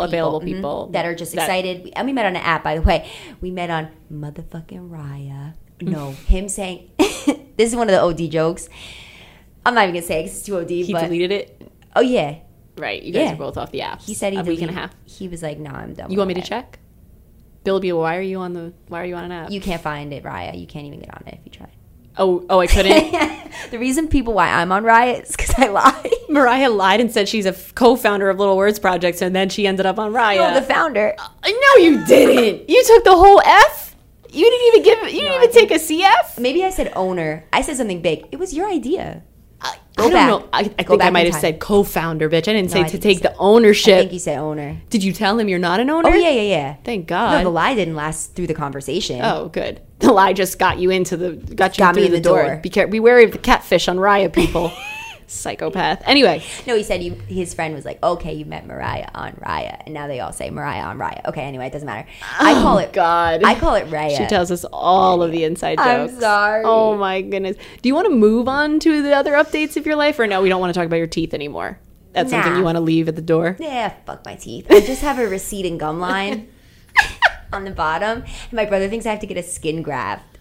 S4: available
S3: available
S4: people, mhm,
S3: people
S4: that are just
S3: that-
S4: excited. And we met on an app, by the way. We met on motherfucking Raya. No, him saying this is one of the OD jokes. I'm not even gonna say it 'cause it's too OD,
S3: he
S4: but
S3: deleted it.
S4: oh yeah,
S3: Right, you guys
S4: Yeah.
S3: are both off the apps.
S4: he said he
S3: a week and a
S4: deleted-
S3: half.
S4: He was like, "No, nah, I'm done."
S3: You
S4: with
S3: want me to
S4: Raya."
S3: check? Bilby, why are you on the why are you on an app?
S4: You can't find it, Raya. You can't even get on it if you try.
S3: oh, oh, I couldn't.
S4: the reason people why I'm on Riot is because I lie.
S3: Mariah lied and said she's a f- co-founder of Little Words Projects, and then she ended up on Raya. Uh,
S4: the founder.
S3: no, you didn't. You took the whole F. You didn't even give. You didn't even take a CF.
S4: Maybe I said owner. I said something big. It was your idea.
S3: I,
S4: Go
S3: I don't
S4: back.
S3: know. I, I
S4: Go
S3: think
S4: back
S3: I
S4: in
S3: might have
S4: time.
S3: said co-founder, bitch. I didn't say
S4: I
S3: to
S4: didn't
S3: take
S4: say-
S3: the
S4: I
S3: ownership.
S4: think you said owner.
S3: Did you tell him you're not an owner?
S4: Oh yeah, yeah, yeah.
S3: Thank
S4: No,
S3: God.
S4: the lie didn't last through the conversation.
S3: Oh, good. The lie just got you into the got you
S4: Got me
S3: through
S4: in
S3: the,
S4: the
S3: door.
S4: door.
S3: Be, care- be wary of the catfish on Raya, people. Psychopath. Anyway,
S4: No, he said you, his friend was like, "Okay, you met Mariah on Raya," and now they all say Mariah on Raya. Okay, anyway, it doesn't matter. I call it
S3: Oh, God.
S4: I call it Raya.
S3: she tells us all of the inside
S4: I'm
S3: jokes.
S4: sorry.
S3: Oh my goodness. Do you want to move on to the other updates of your life, or no? We don't want to talk about your teeth anymore. That's something
S4: Nah.
S3: you want to leave at the door.
S4: Yeah, fuck my teeth. I just have a receding gum line on the bottom, and my brother thinks I have to get a skin graft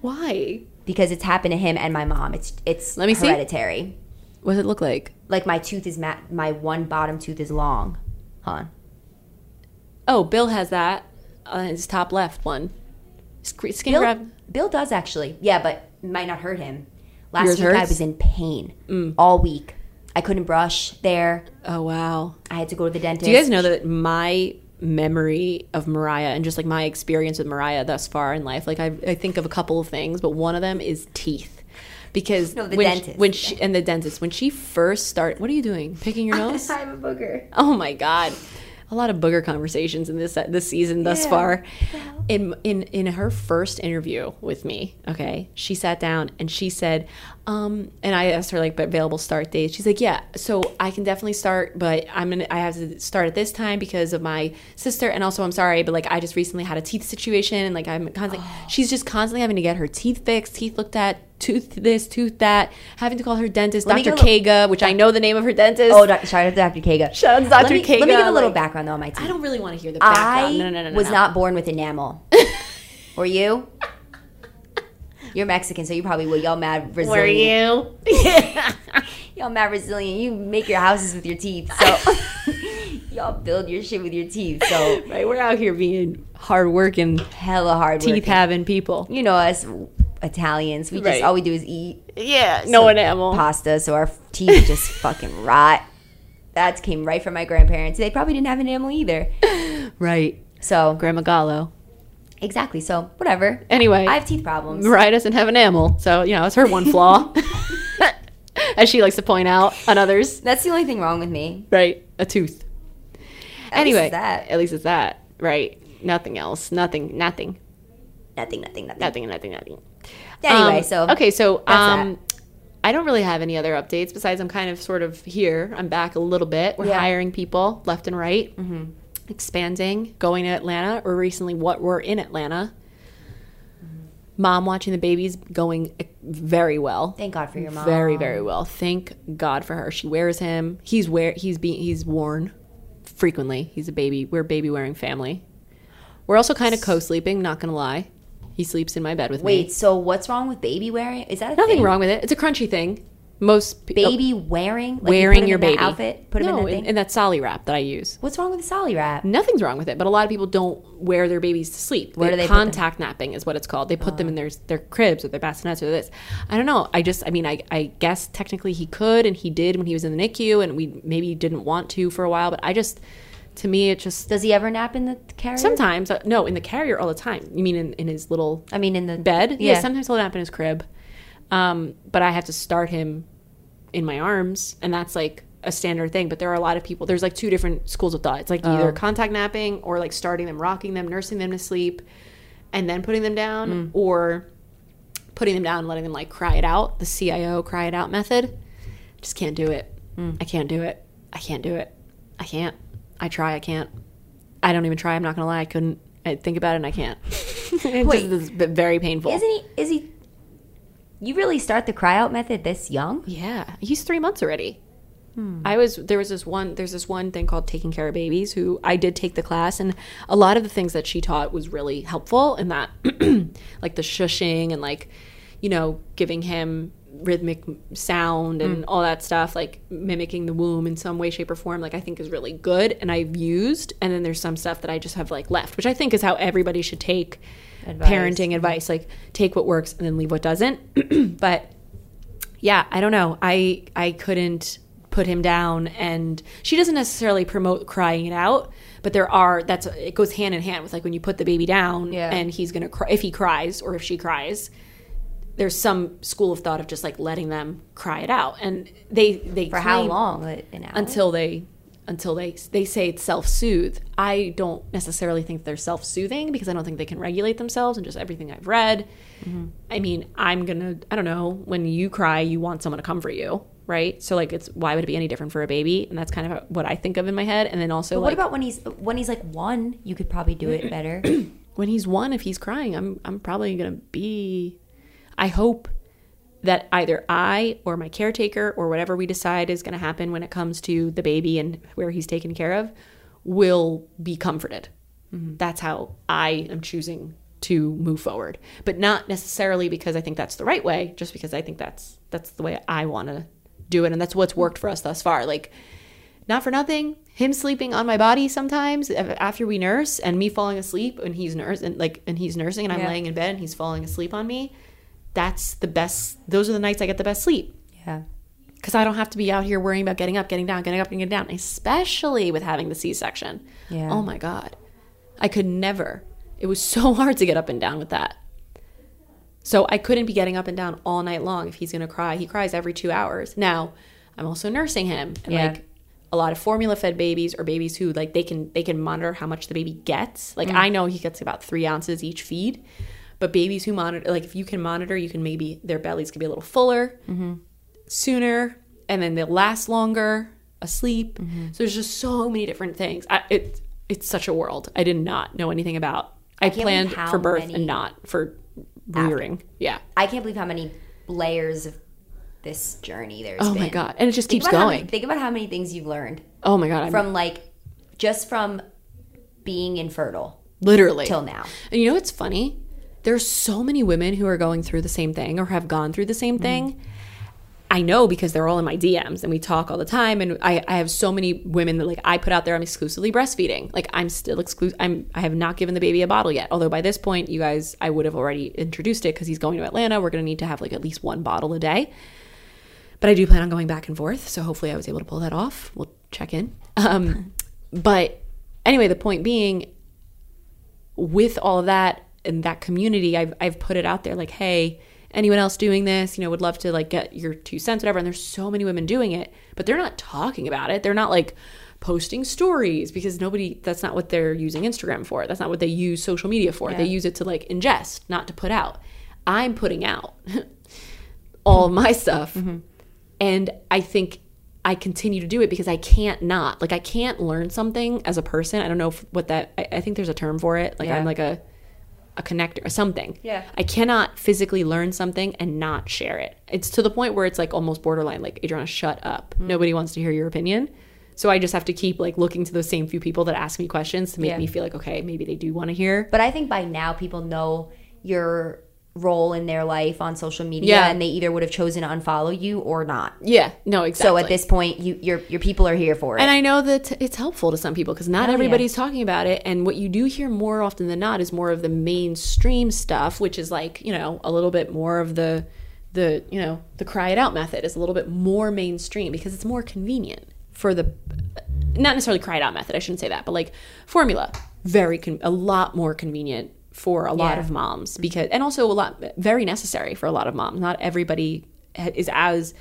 S3: Why?
S4: because it's happened to him and my mom. It's it's
S3: Let me see.
S4: hereditary.
S3: What does it look like?
S4: Like my tooth is ma- my one bottom tooth is long. Huh.
S3: Oh, Bill has that on his top left one. Sc- Skin
S4: Bill,
S3: grab.
S4: Bill does actually. Yeah, but it might not hurt him. Last
S3: Yours
S4: week I
S3: hurts? Mm.
S4: was in pain all week. I couldn't brush there.
S3: Oh wow.
S4: I had to go to the dentist.
S3: Do you guys know that my memory of Mariah and just like my experience with Mariah thus far in life, like I, I think of a couple of things, but one of them is teeth. Because
S4: No, the
S3: when She,
S4: dentist.
S3: when she, and the dentist, when she first started, what are you doing? Picking your nose?
S4: I have a booger.
S3: oh my God. A lot of booger conversations in this this season thus far. in in in her first interview with me okay she sat down and she said um and i asked her like but available start date she's like yeah so i can definitely start but i'm gonna i have to start at this time because of my sister and also i'm sorry but like i just recently had a teeth situation and like i'm constantly
S4: Oh.
S3: she's just constantly having to get her teeth fixed teeth looked at tooth this tooth that having to call her dentist
S4: me
S3: dr
S4: get a little-
S3: kaga which i know the name of her dentist
S4: Oh, doc, shout out to Dr. Kaga.
S3: Shout out to Dr.
S4: Let me,
S3: Kaga,
S4: Let me give a little
S3: like-
S4: background though on my teeth.
S3: i don't really want to hear the
S4: I
S3: background no no no no
S4: was
S3: no.
S4: not born with enamel. Were you? You're Mexican, so you probably were. Y'all mad resilient.
S3: were you
S4: all mad resilient. You make your houses with your teeth. So y'all build your shit with your teeth. So
S3: Right, we're out here being hardworking,
S4: hella hard
S3: teeth
S4: working.
S3: having people.
S4: You know us Italians. We just
S3: Right.
S4: all we do is eat
S3: Yeah, no enamel.
S4: pasta, so our teeth just fucking rot. That came right from my grandparents. They probably didn't have enamel either.
S3: Right,
S4: So
S3: Grandma Gallo.
S4: exactly. So whatever.
S3: Anyway,
S4: I have teeth problems.
S3: Mariah doesn't have enamel, so you know it's her one flaw, as she likes to point out on others.
S4: That's the only thing wrong with me.
S3: Right, a tooth. anyway,
S4: it's that.
S3: at least it's that. Right, nothing else. Nothing. Nothing.
S4: Nothing, nothing, nothing.
S3: Nothing. Nothing. Nothing.
S4: Anyway,
S3: Um,
S4: so
S3: okay, so
S4: that's
S3: um, I don't really have any other updates besides I'm kind of sort of here. I'm back a little bit. We're
S4: Yeah. Mm-hmm.
S3: hiring people left and right, expanding, going to Atlanta, or recently what we're in Atlanta. Mom watching the babies going eh, very well.
S4: Thank God for your mom.
S3: Very very well. Thank God for her. She wears him. He's wear he's being he's worn frequently. He's a baby. We're a baby wearing family. We're also kind of co-sleeping, not going to lie. He sleeps in my bed with me.
S4: Wait, so what's wrong with baby wearing? Is that a
S3: Nothing
S4: thing?
S3: wrong with it. It's a crunchy thing. Most pe-
S4: Baby wearing, like you put
S3: wearing
S4: him
S3: your
S4: in that
S3: baby
S4: outfit, put him
S3: no,
S4: in that thing.
S3: in that Solly wrap that I use.
S4: what's wrong with the Solly wrap?
S3: Nothing's wrong with it, but a lot of people don't wear their babies to sleep.
S4: Where do they put them? Ah.
S3: contact napping is what it's called. They put them in their their cribs or their bassinets or this. I don't know. I just I mean I I guess technically he could and he did when he was in the NICU and we maybe didn't want to for a while, but I just to me it just
S4: Does he ever nap in the carrier?
S3: sometimes uh, no in the carrier all the time. You mean in, in his little
S4: I mean, in the
S3: bed. Yeah,
S4: Yeah.
S3: sometimes he'll nap in his crib. Um, but I have to start him in my arms, and that's like a standard thing. But there are a lot of people. There's like two different schools of thought. It's like either contact napping or like starting them, rocking them, nursing them to sleep, and then putting them down, or putting them down and letting them like cry it out. The CIO cry it out method. Just can't do it. I can't do it. I can't do it. I can't. I try. I can't. I don't even try. I'm not gonna lie. I couldn't. I think about it and I can't. it
S4: Wait.
S3: just is very painful.
S4: Isn't he? Is he? You really start the cry out method this young?
S3: Yeah, he's three months already.
S4: Hmm.
S3: I was there was this one there's this one thing called taking care of babies who I did take the class and a lot of the things that she taught was really helpful in that like the shushing and like you know giving him rhythmic sound
S4: Hmm.
S3: and all that stuff like mimicking the womb in some way shape or form like I think is really good and I've used and then there's some stuff that I just have like left which I think is how everybody should take
S4: Advice.
S3: parenting advice like take what works and then leave what doesn't but yeah i don't know i i couldn't put him down and she doesn't necessarily promote crying it out but there are that's it goes hand in hand with like when you put the baby down
S4: Yeah.
S3: and he's gonna cry if he cries or if she cries there's some school of thought of just like letting them cry it out and they they
S4: For how
S3: claim-
S4: long? Like, An hour?
S3: until they until they they say it's self-soothe i don't necessarily think they're self-soothing because i don't think they can regulate themselves and just everything i've read
S4: Mm-hmm.
S3: i mean i'm gonna i don't know when you cry you want someone to comfort you right so like it's why would it be any different for a baby and that's kind of what i think of in my head and then also
S4: But
S3: like
S4: what about when he's when he's like one? You could probably do it better.
S3: when he's one if he's crying i'm i'm probably gonna be i hope that either I or my caretaker or whatever we decide is going to happen when it comes to the baby and where he's taken care of will be comforted. That's how I am choosing to move forward, but not necessarily because I think that's the right way, just because I think that's that's the way I want to do it and that's what's worked for us thus far. Like not for nothing, him sleeping on my body sometimes af- after we nurse and me falling asleep and he's nurse and like and he's nursing and I'm
S4: Yeah.
S3: laying in bed and he's falling asleep on me that's the best those are the nights i get the best sleep
S4: yeah.
S3: because i don't have to be out here worrying about getting up getting down getting up and getting down especially with having the c-section
S4: Yeah.
S3: oh my god i could never it was so hard to get up and down with that so i couldn't be getting up and down all night long if he's going to cry he cries every two hours now i'm also nursing him and
S4: Yeah.
S3: like a lot of formula fed babies or babies who like they can they can monitor how much the baby gets.
S4: Mm.
S3: Like I know he gets about three ounces each feed, but babies who monitor like if you can monitor, you can maybe their bellies could be a little fuller sooner, and then they'll last longer asleep.
S4: Mm-hmm.
S3: So there's just so many different things. I, it it's such a world. I did not know anything about. I,
S4: can't
S3: planned
S4: believe how
S3: for birth
S4: many-
S3: and not for rearing. Yeah.
S4: I can't believe how many layers of this journey there's
S3: Oh
S4: been.
S3: my god, and it just
S4: Think
S3: keeps
S4: about how many-
S3: going.
S4: think about how many things you've learned
S3: oh my god, I'm
S4: from like just from being infertile
S3: literally
S4: till now.
S3: And you know what's funny? There's so many women who are going through the same thing or have gone through the same thing. I know because they're all in my DMs and we talk all the time. And I, I have so many women that like I put out there I'm exclusively breastfeeding. Like I'm still exclusive. I'm I have not given the baby a bottle yet. Although by this point, you guys, I would have already introduced it because he's going to Atlanta. We're gonna need to have like at least one bottle a day. But I do plan on going back and forth. So hopefully I was able to pull that off. We'll check in. Um, but anyway, the point being, with all of that and that community, I've I've put it out there like, hey, anyone else doing this? You know, would love to like get your two cents, whatever. And there's so many women doing it, but they're not talking about it. They're not like posting stories because nobody that's not what they're using Instagram for. That's not what they use social media for. They use it to like ingest, not to put out. I'm putting out all of my stuff.
S4: Mm-hmm.
S3: And I think I continue to do it because I can't not. Like, I can't learn something as a person. I don't know if, what that, I, I think there's a term for it. Like, I'm like a, a connector or something.
S4: Yeah.
S3: I cannot physically learn something and not share it. It's to the point where it's like almost borderline, like, Adriana, shut up.
S4: Mm-hmm.
S3: Nobody wants to hear your opinion. So I just have to keep like looking to those same few people that ask me questions to make
S4: Yeah.
S3: me feel like, okay, maybe they do want to hear.
S4: But I think by now people know your role in their life on social media
S3: Yeah.
S4: and they either would have chosen to unfollow you or not.
S3: Yeah. No, exactly.
S4: So at this point you your your people are here for it.
S3: And I know that it's helpful to some people because not everybody's talking about it. And what you do hear more often than not is more of the mainstream stuff, which is like, you know, a little bit more of the, the you know, the cry it out method is a little bit more mainstream because it's more convenient for the, not necessarily cry it out method, I shouldn't say that, but like formula, very, con- a lot more convenient for a lot
S4: Yeah.
S3: of moms because, and also a lot, very necessary for a lot of moms. Not everybody ha- is as,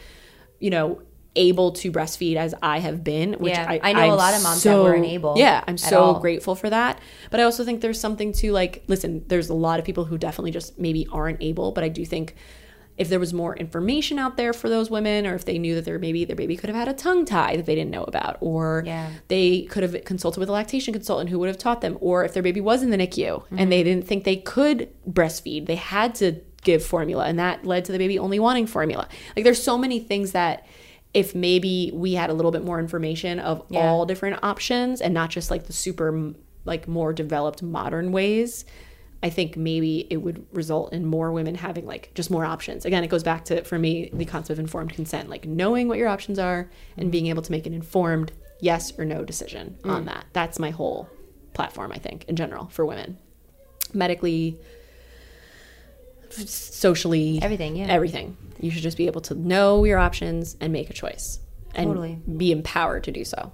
S3: you know, able to breastfeed as I have been. Which
S4: Yeah.
S3: I,
S4: I know a lot of moms that weren't able
S3: Yeah, I'm
S4: at
S3: so
S4: all.
S3: grateful for that. But I also think there's something to like. Listen, there's a lot of people who definitely just maybe aren't able. But I do think if there was more information out there for those women, or if they knew that their maybe their baby could have had a tongue tie that they didn't know about, or
S4: Yeah.
S3: they could have consulted with a lactation consultant who would have taught them, or if their baby was in the NICU and they didn't think they could breastfeed, they had to give formula, and that led to the baby only wanting formula. Like there's so many things that if maybe we had a little bit more information of all different options and not just like the super like more developed modern ways I think maybe it would result in more women having like just more options. Again, it goes back to for me the concept of informed consent, like knowing what your options are and being able to make an informed yes or no decision
S4: Mm.
S3: on that. That's my whole platform, I think, in general for women. Medically, f- socially,
S4: Everything, yeah.
S3: Everything. You should just be able to know your options and make a choice and
S4: Totally.
S3: be empowered to do so.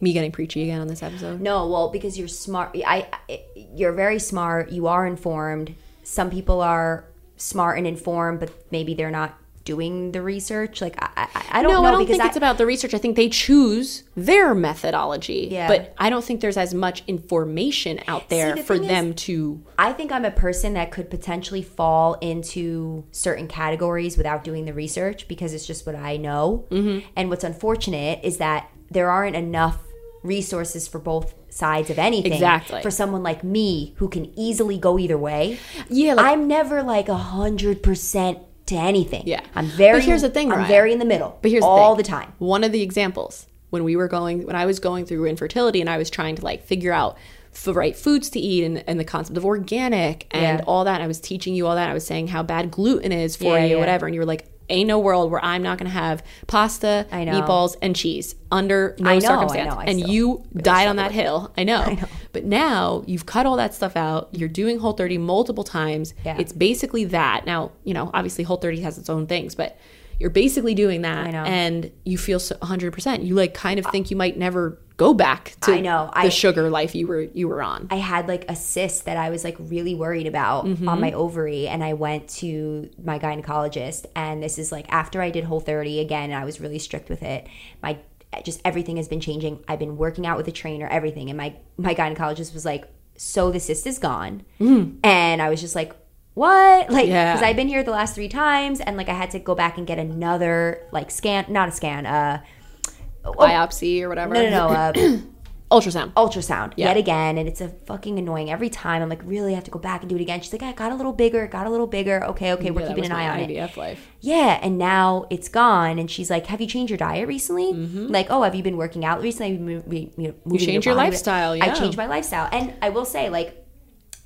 S3: Me getting preachy again on this episode.
S4: No, well, because you're smart. I, I you're very smart. You are informed. Some people are smart and informed, but maybe they're not doing the research. Like I, I, I don't
S3: no,
S4: know
S3: I don't
S4: because
S3: think
S4: I,
S3: it's about the research. I think they choose their methodology.
S4: Yeah.
S3: But I don't think there's as much information out there
S4: the
S3: for
S4: thing
S3: them to.
S4: I think I'm a person that could potentially fall into certain categories without doing the research because it's just what I know. Mm-hmm. And what's unfortunate is that there aren't enough resources for both sides of anything
S3: Exactly.
S4: for someone like me who can easily go either way
S3: Yeah, like-
S4: i'm never like a hundred percent to anything
S3: Yeah.
S4: i'm very
S3: But here's the thing,
S4: i'm
S3: Mariah.
S4: very in the middle
S3: But here's
S4: all
S3: the,
S4: the,
S3: thing.
S4: time
S3: One of the examples when we were going, when I was going through infertility and I was trying to like figure out the right foods to eat and, and the concept of organic and
S4: Yeah.
S3: all that. I was teaching you all that. I was saying how bad gluten is for
S4: Yeah,
S3: you,
S4: yeah.
S3: whatever. And you were like, ain't no world where I'm not going to have pasta,
S4: I know.
S3: meatballs, and cheese under no
S4: I know, I
S3: circumstance.
S4: know. I
S3: and
S4: still
S3: you died on that hill. I know. But now you've cut all that stuff out. You're doing Whole 30 multiple times.
S4: Yeah.
S3: It's basically that. Now, you know, obviously Whole 30 has its own things, but you're basically doing that
S4: I know.
S3: and you feel so 100%. You like kind of think you might never go back to
S4: I know.
S3: the
S4: I-
S3: sugar life you were you were on.
S4: I had like a cyst that I was like really worried about
S3: Mm-hmm.
S4: on my ovary, and I went to my gynecologist. And this is like after I did Whole 30 again, and I was really strict with it. My just everything has been changing. I've been working out with a trainer, everything. And my my gynecologist was like, "So the cyst is gone," and I was just like, "What?" Like,
S3: Mm. Yeah.
S4: because I've been here the last three times, and like I had to go back and get another like scan, not a scan, uh,
S3: biopsy or whatever.
S4: Oh. no, no, Oh, no, uh,
S3: Ultrasound.
S4: ultrasound
S3: Yeah.
S4: yet again and it's a fucking annoying every time i'm like really I have to go back and do it again she's like i got a little bigger it got a little bigger okay okay we're keeping an eye on it
S3: IVF life.
S4: yeah and now it's gone and she's like have you changed your diet recently like oh have you been working out recently have you, mo- mo- you, know, moving
S3: changed your
S4: body?"
S3: lifestyle,
S4: i
S3: yeah.
S4: changed my lifestyle and i will say like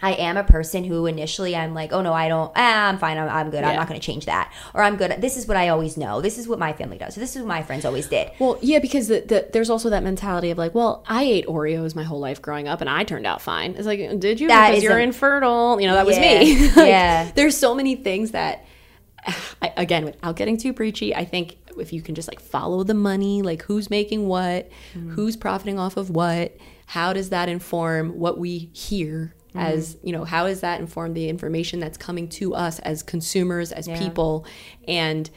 S4: I am a person who initially I'm like, oh no, I don't, ah, I'm fine, I'm, I'm good, I'm
S3: Yeah.
S4: not going to change that. Or I'm good, this is what I always know. This is what my family does. This is what my friends always did.
S3: Well, yeah, because the, the, there's also that mentality of like, well, I ate Oreos my whole life growing up, and I turned out fine. It's like, did you?
S4: That is
S3: because you're
S4: a-
S3: infertile. You know, that was
S4: Yeah,
S3: me. Like,
S4: yeah.
S3: There's so many things that, I, again, without getting too preachy, I think if you can just like follow the money, like who's making what,
S4: Mm-hmm.
S3: who's profiting off of what, how does that inform what we hear?
S4: Mm-hmm.
S3: As you know, how does that inform the information that's coming to us as consumers, as people, and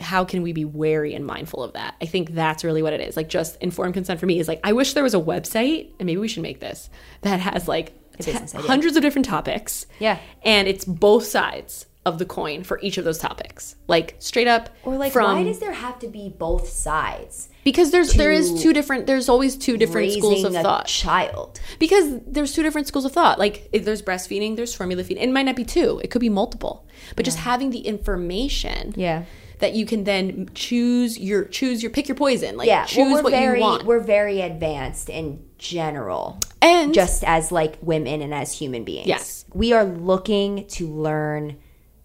S3: how can we be wary and mindful of that? I think that's really what it is. Like just informed consent for me is like I wish there was a website and maybe we should make this that has like
S4: business
S3: te-
S4: idea.
S3: hundreds of different topics.
S4: Yeah.
S3: And it's both sides of the coin for each of those topics. Like straight up
S4: Or like,
S3: from
S4: why does there have to be both sides?
S3: because there's there is
S4: to
S3: two different there's always two different schools of
S4: Raising a
S3: thought.
S4: child.
S3: because there's two different schools of thought like if there's breastfeeding there's formula feeding it might not be two it could be multiple but just having the information
S4: Yeah.
S3: that you can then choose your choose your pick your poison like
S4: yeah
S3: choose
S4: well, we're
S3: what
S4: very
S3: you want
S4: we're very advanced in general
S3: and
S4: just as like women and as human beings
S3: Yes.
S4: we are looking to learn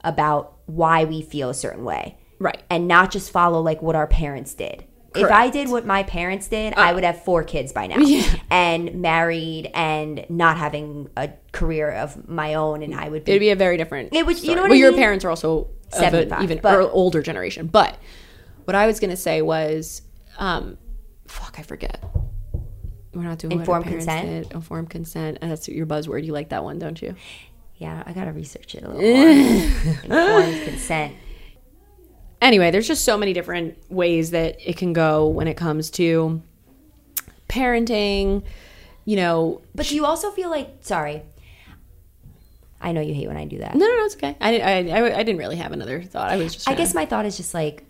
S4: about why we feel a certain way
S3: right
S4: and not just follow like what our parents did if i did what my parents did
S3: Uh.
S4: i would have four kids by now and married and not having a career of my own and i would be
S3: Mm. it'd be a very different
S4: It would- you
S3: story.
S4: know what
S3: well
S4: I
S3: your
S4: mean?
S3: parents are also of an
S4: 75,
S3: even
S4: but-
S3: ear- older generation but what i was going to say was um fuck i forget we're not doing
S4: Informed
S3: what our parents
S4: consent?
S3: did. informed consent and that's your buzzword you like that one don't you
S4: yeah i gotta research it a little more informed consent
S3: anyway, there's just so many different ways that it can go when it comes to parenting, you know.
S4: But do you also feel like sorry? I know you hate when I do that.
S3: No, no, no, it's okay. I didn't, I, I, I didn't really have another thought. I was just,
S4: I
S3: trying
S4: guess my thought is just like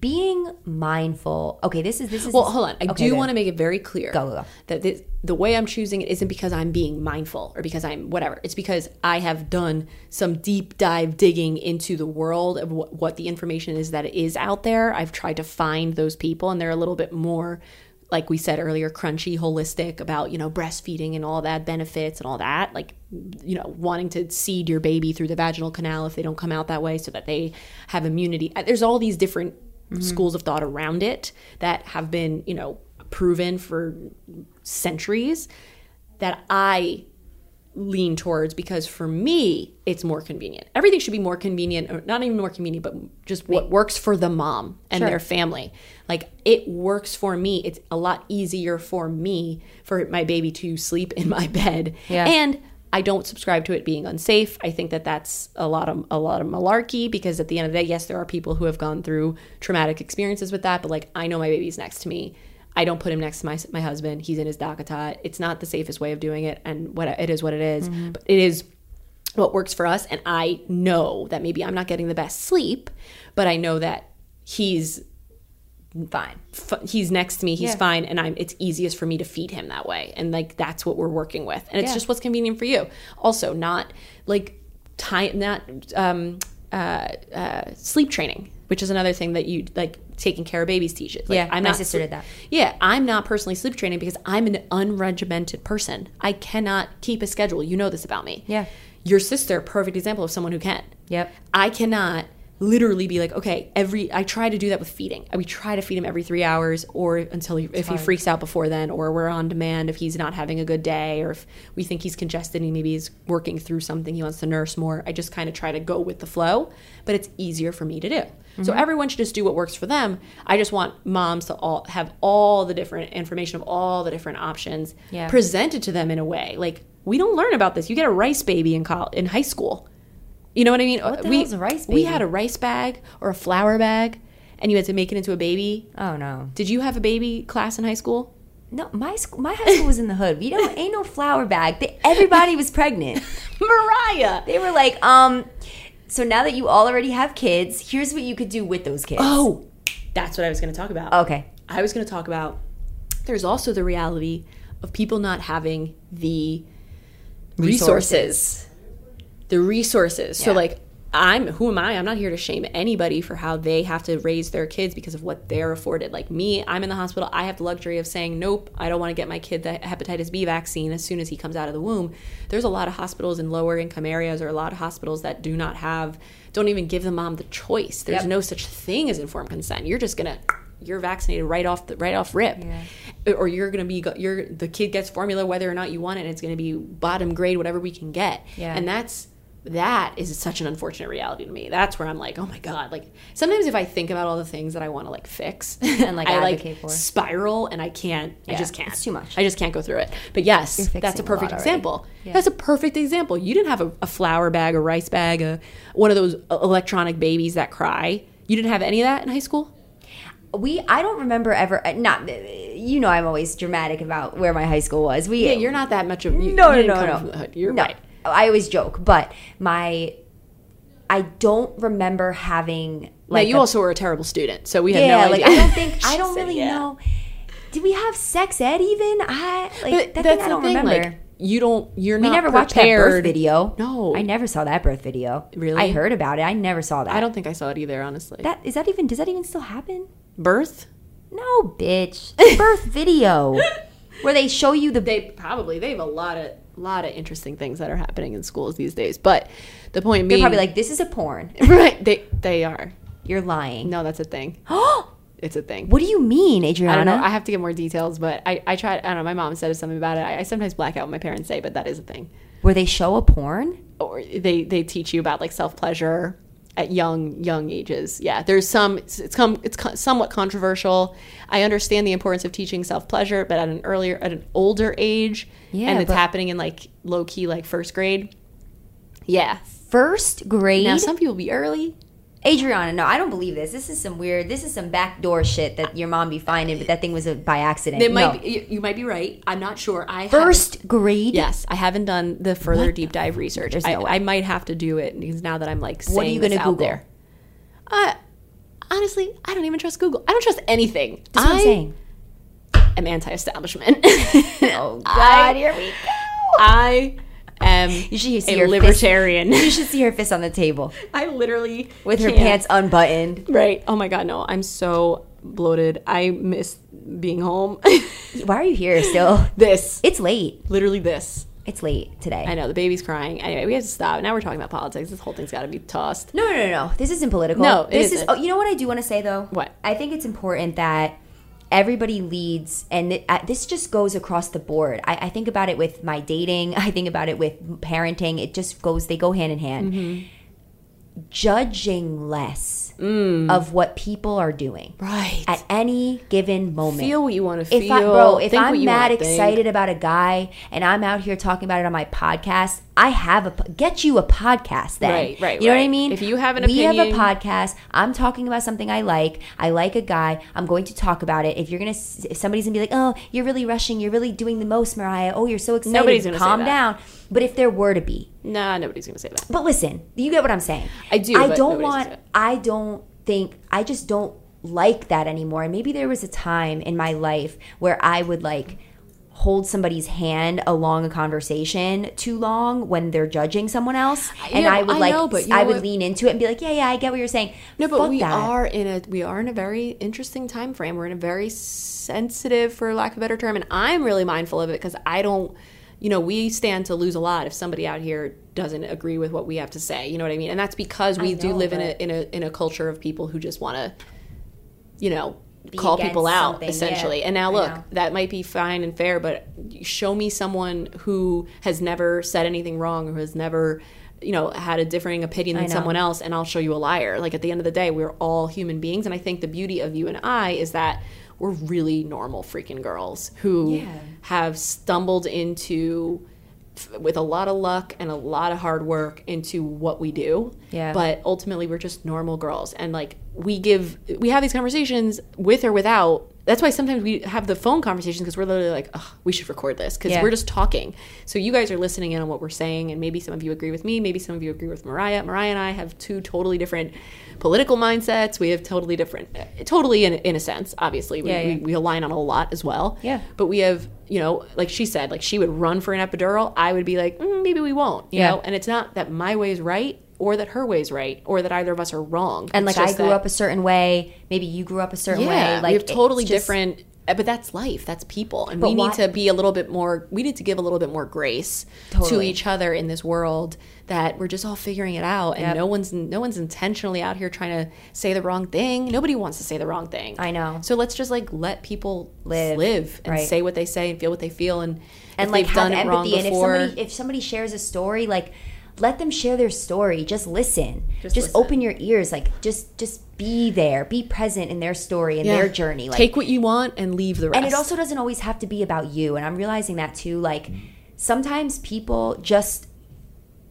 S4: being mindful. Okay, this is this is
S3: Well, hold on. I
S4: Okay,
S3: do
S4: go.
S3: want to make it very clear
S4: Go, go, go.
S3: that the, the way I'm choosing it isn't because I'm being mindful or because I'm whatever. It's because I have done some deep dive digging into the world of what, what the information is that is out there. I've tried to find those people, and they're a little bit more, like we said earlier, crunchy, holistic about, you know, breastfeeding and all that benefits and all that. Like, you know, wanting to seed your baby through the vaginal canal if they don't come out that way so that they have immunity. Uh, There's all these different schools of thought around it that have been, you know, proven for centuries that I lean towards because for me it's more convenient. Everything should be more convenient or not even more convenient but just what works for the mom and their family. Like it works for me. It's a lot easier for me for my baby to sleep in my bed. And I don't subscribe to it being unsafe. I think that that's a lot of a lot of malarkey because at the end of the day yes there are people who have gone through traumatic experiences with that but like I know my baby's next to me. I don't put him next to my my husband. He's in his Dakotot. It's not the safest way of doing it, and what it is what it is.
S4: Mm-hmm.
S3: But it is what works for us. And I know that maybe I'm not getting the best sleep, but I know that he's
S4: fine.
S3: f- he's next to me. He's fine, and I'm. It's easiest for me to feed him that way, and like that's what we're working with. And it's just what's convenient for you. Also, not like time, not um, uh, uh, sleep training, which is another thing that you like taking care of babies teaches. Like,
S4: Yeah,
S3: I'm
S4: my
S3: not
S4: sister did that.
S3: yeah, I'm not personally sleep training because I'm an unregimented person. I cannot keep a schedule. You know this about me.
S4: Yeah.
S3: Your sister, perfect example of someone who can.
S4: Yep.
S3: I cannot literally be like, okay, every I try to do that with feeding. We try to feed him every three hours or until he, if he freaks out before then, or we're on demand if he's not having a good day, or if we think he's congested and maybe he's working through something he wants to nurse more. I just kind of try to go with the flow, but it's easier for me to do. So everyone should just do what works for them. I just want moms to all have all the different information of all the different options
S4: Yeah.
S3: presented to them in a way like. We don't learn about this. You get a rice baby in college, in high school. You know what I mean?
S4: What the
S3: we
S4: hell's a rice
S3: we
S4: baby?
S3: had a rice bag or a flour bag, and you had to make it into a baby.
S4: Oh no.
S3: Did you have a baby class in high school?
S4: No, my school, my high school was in the hood. We don't ain't no flower bag. They, everybody was pregnant.
S3: Mariah.
S4: They were like, um, so now that you already have kids, here's what you could do with those kids.
S3: Oh, that's what I was going to talk about.
S4: Okay.
S3: I was going to talk about there's also the reality of people not having the resources. The resources. So
S4: Yeah.
S3: like I'm who am I? I'm not here to shame anybody for how they have to raise their kids because of what they're afforded. Like me, I'm in the hospital. I have the luxury of saying, "Nope, I don't want to get my kid the hepatitis B vaccine as soon as he comes out of the womb." There's a lot of hospitals in lower income areas or a lot of hospitals that do not have don't even give the mom the choice. There's
S4: Yep.
S3: no such thing as informed consent. You're just going to you're vaccinated right off the right off rip or you're gonna be you're the kid gets formula whether or not you want it and it's gonna be bottom grade whatever we can get
S4: Yeah.
S3: and that's that is such an unfortunate reality to me that's where i'm like oh my god like sometimes if i think about all the things that i want to like fix and
S4: like,
S3: i
S4: advocate for.
S3: spiral and i can't i
S4: Yeah,
S3: just can't
S4: it's too much.
S3: i just can't go through it but yes
S4: You're
S3: that's a
S4: fixing a lot
S3: perfect
S4: already.
S3: example that's a perfect example you didn't have a, a flour bag a rice bag a one of those e, electronic babies that cry you didn't have any of that in high school
S4: We, I don't remember ever. uh, Not, you know, I'm always dramatic about where my high school was. We,
S3: yeah you're not that much of you,
S4: no,
S3: you
S4: no,
S3: didn't
S4: no,
S3: come
S4: no.
S3: from the hood. you're
S4: no.
S3: right
S4: I always joke, but my, I don't remember having
S3: Like
S4: like
S3: you
S4: a-
S3: also were a terrible student, so we had
S4: yeah,
S3: no
S4: like
S3: idea.
S4: I don't think I don't
S3: said,
S4: really
S3: yeah.
S4: know. Did we have sex ed even? I like that
S3: But that's
S4: thing I
S3: the
S4: don't
S3: thing.
S4: remember.
S3: Like you don't. You're
S4: we
S3: not
S4: never
S3: prepared.
S4: watched that birth video.
S3: No.
S4: I never saw that birth video.
S3: Really?
S4: I heard about it. I never saw that.
S3: I don't think I saw it either. Honestly,
S4: That is that even? Does that even still happen?
S3: birth.
S4: No, bitch. Birth video where they show you the
S3: They probably they have a lot of lot of interesting things that are happening in schools these days. But the point
S4: They're
S3: being,
S4: probably like, this is a porn.
S3: right? They they are.
S4: You're lying.
S3: No, that's a thing. It's a thing.
S4: what do you mean,
S3: I don't
S4: Adriana?
S3: know. I have to get more details, but I, I tried. I don't know. My mom said something about it. I, I sometimes black out what my parents say, but that is a thing.
S4: Where they show a porn?
S3: or they they teach you about like self pleasure at young young ages. Yeah, there's some it's, it's come it's co- somewhat controversial. I understand the importance of teaching self pleasure, but at an earlier at an older age,
S4: Yeah,
S3: and it's
S4: but-
S3: happening in like low key like first grade. Yeah,
S4: First grade?
S3: now some people be early.
S4: Adriana, no, I don't believe this. This is some weird, this is some backdoor shit that your mom be finding, but that thing was a, by accident.
S3: It might
S4: No.
S3: be, you, you might be right. I'm not sure. I haven't-
S4: First grade?
S3: Yes, I haven't done the further deep dive research.
S4: There's
S3: I,
S4: no way.
S3: I might have to do it because now that I'm like,
S4: What are
S3: saying
S4: you
S3: this
S4: going to
S3: out
S4: Google?
S3: there. Uh, honestly, I don't even trust Google. I don't trust anything.
S4: That's what
S3: I
S4: I'm saying.
S3: am anti-establishment.
S4: Oh, God,
S3: I-
S4: here we go.
S3: I am you
S4: should see
S3: a
S4: her fist-
S3: libertarian.
S4: you should see her fist on the table
S3: I literally
S4: with her
S3: can't.
S4: pants unbuttoned.
S3: Right. Oh my god, no. I'm so bloated. I miss being home.
S4: Why are you here still?
S3: this.
S4: It's late.
S3: Literally this.
S4: It's late today.
S3: I know the baby's crying. Anyway, we have to stop. Now we're talking about politics. This whole thing's got to be tossed.
S4: No, no, no, no. This isn't political.
S3: No, it
S4: this is.
S3: isn't.
S4: Oh, you know what I do want to say though.
S3: What?
S4: I think it's important that everybody leads, and it, uh, this just goes across the board. I, I think about it with my dating. I think about it with parenting. It just goes. They go hand in hand.
S3: Mm-hmm.
S4: Judging less of what people are doing
S3: Mm. Right.
S4: at any given moment.
S3: feel what you want to feel.
S4: if I, bro, if
S3: think what
S4: I'm
S3: you wanna
S4: mad
S3: think.
S4: excited about a guy and I'm out here talking about it on my podcast, I have a po- get you a podcast. Then,
S3: Right, right,
S4: You know what I
S3: right.
S4: mean?
S3: If you have an
S4: we have a
S3: opinion-
S4: podcast. I'm talking about something I like. I like a guy. I'm going to talk about it. If you're gonna, s- if somebody's gonna be like, "Oh, you're really rushing. You're really doing the most, Mariah. Oh, you're so excited.
S3: Nobody's gonna say
S4: calm
S3: that.
S4: down." But if there were to be,
S3: nah, nobody's gonna say that.
S4: but listen, you get what I'm saying.
S3: I do,
S4: I
S3: but
S4: don't
S3: nobody's
S4: want.
S3: into it.
S4: I don't think. I just don't like that anymore. And maybe there was a time in my life where I would like hold somebody's hand along a conversation too long when they're judging someone else, and
S3: Yeah,
S4: I would
S3: I
S4: like.
S3: know, but you
S4: I
S3: know
S4: would
S3: what?
S4: lean into it and be like, "Yeah, yeah, I get what you're saying."
S3: No, but
S4: Fuck
S3: we
S4: that.
S3: are in a we are in a very interesting time frame. We're in a very sensitive, for lack of a better term, and I'm really mindful of it because I don't, you know, we stand to lose a lot if somebody out here doesn't agree with what we have to say. You know what I mean? And that's because we do
S4: know,
S3: live in a
S4: but-
S3: in a in a culture of people who just want to, you know,
S4: Be
S3: call
S4: against
S3: people out
S4: something,
S3: essentially.
S4: yeah.
S3: And now
S4: I
S3: look,
S4: know.
S3: that might be fine and fair, but show me someone who has never said anything wrong, who has never, you know, had a differing opinion than
S4: know.
S3: someone else, and I'll show you a liar. Like at the end of the day, we're all human beings, and I think the beauty of you and I is that we're really normal freaking girls who have stumbled into f- with a lot of luck and a lot of hard work into what we do
S4: Yeah.
S3: but ultimately we're just normal girls and like we give we have these conversations with or without. That's why sometimes we have the phone conversations because we're literally like, oh, we should record this because
S4: Yeah.
S3: we're just talking. So you guys are listening in on what we're saying, and maybe some of you agree with me, maybe some of you agree with Mariah. Mariah and I have two totally different political mindsets. We have totally different, eh, totally in, in a sense, obviously. We,
S4: Yeah, yeah.
S3: we, we align on a lot as well.
S4: Yeah.
S3: But we have, you know, like she said, like she would run for an epidural. I would be like, mm, maybe we won't, you
S4: Yeah.
S3: know? And it's not that my way is right or that her way is right or that either of us are wrong.
S4: and
S3: It's
S4: like I
S3: just
S4: grew
S3: that-
S4: up a certain way, maybe you grew up a certain
S3: yeah,
S4: way. Like
S3: we have totally
S4: it's just-
S3: different. uh, But that's life. That's people, and
S4: But
S3: we
S4: why-
S3: need to be a little bit more. We need to give a little bit more grace to
S4: Totally.
S3: each other in this world that we're just all figuring it out, and no one's no one's intentionally out here trying to say the wrong thing. Nobody wants to say the wrong thing.
S4: I know.
S3: So let's just like let people
S4: Live,
S3: live, live and
S4: right.
S3: say what they say and feel what they feel, and
S4: and
S3: if
S4: like
S3: they've
S4: have
S3: done it wrong
S4: empathy. And if
S3: before.
S4: somebody if somebody shares a story, like let them share their story. Just listen. Just,
S3: listen.
S4: open your ears. Like just just be there. Be present in their story and
S3: Yeah.
S4: their journey. Like
S3: Take what you want and leave the rest.
S4: and it also doesn't always have to be about you. And I'm realizing that too. Like sometimes people just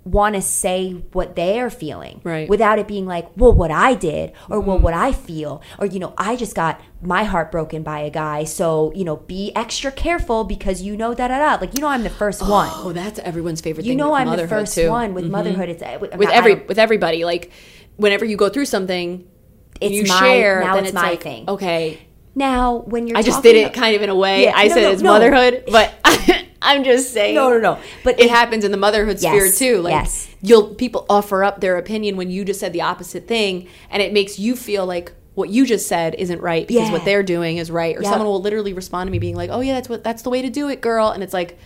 S4: want to say what they are feeling
S3: Right. Mm-hmm.
S4: without it being like well what i did or well what i feel or you know i just got my heart broken by a guy so you know be extra careful because you know da da da like you know i'm the first one
S3: oh, that's everyone's favorite
S4: you
S3: thing.
S4: know
S3: with
S4: I'm the
S3: motherhood,
S4: first
S3: too. Mm-hmm.
S4: one with motherhood. It's uh,
S3: with
S4: I-
S3: every
S4: I don't-
S3: with everybody. Like whenever you go through something,
S4: It's
S3: you
S4: my-
S3: share.
S4: now
S3: then
S4: it's
S3: it's,
S4: my
S3: like,
S4: thing.
S3: Okay,
S4: now when you're
S3: I just
S4: talking
S3: did it
S4: ab-
S3: kind of in a way.
S4: Yeah,
S3: I
S4: no,
S3: said
S4: no,
S3: it's
S4: no.
S3: motherhood, but I'm just saying.
S4: No, no, no. But
S3: But it,
S4: it-
S3: happens in the motherhood
S4: Yes,
S3: sphere too. Like
S4: yes.
S3: you'll people offer up their opinion when you just said the opposite thing, and it makes you feel like what you just said isn't right because
S4: Yeah.
S3: what they're doing is right. Or
S4: Yep.
S3: someone will literally respond to me being like, "Oh yeah, that's what that's the way to do it, girl," and it's like.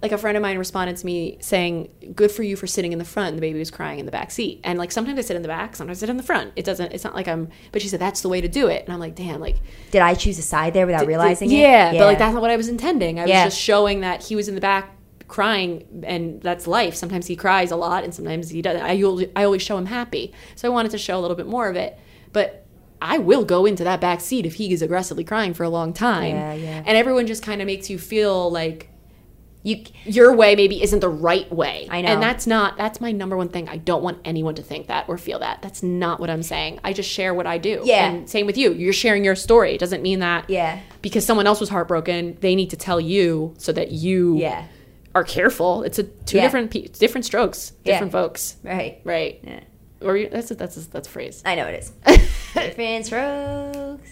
S3: Like a friend of mine responded to me saying, "Good for you for sitting in the front." And the baby was crying in the back seat, and like sometimes I sit in the back, sometimes I sit in the front. It doesn't. It's not like I'm. But she said that's the way to do it, and I'm like, "Damn!" Like
S4: Did I choose a side there without realizing it?
S3: yeah, but like that's not what I was intending. I
S4: Yeah.
S3: was just showing that he was in the back crying, and that's life. Sometimes he cries a lot, and sometimes he doesn't. I, usually- I always show him happy, so I wanted to show a little bit more of it. But I will go into that back seat if he is aggressively crying for a long time,
S4: Yeah, yeah.
S3: and everyone just kind of makes you feel like
S4: you.
S3: your way maybe isn't the right way.
S4: I know.
S3: And that's not that's my number one thing. I don't want anyone to think that or feel that. That's not what I'm saying. I just share what I do.
S4: Yeah.
S3: And same with you. You're sharing your story. It doesn't mean that
S4: Yeah.
S3: because someone else was heartbroken, they need to tell you so that you
S4: Yeah.
S3: are careful. It's a two
S4: Yeah.
S3: different pe- different strokes,
S4: Yeah.
S3: different folks.
S4: Right.
S3: Right.
S4: Yeah.
S3: Or you, that's a, that's a, that's a phrase.
S4: I know it is. different strokes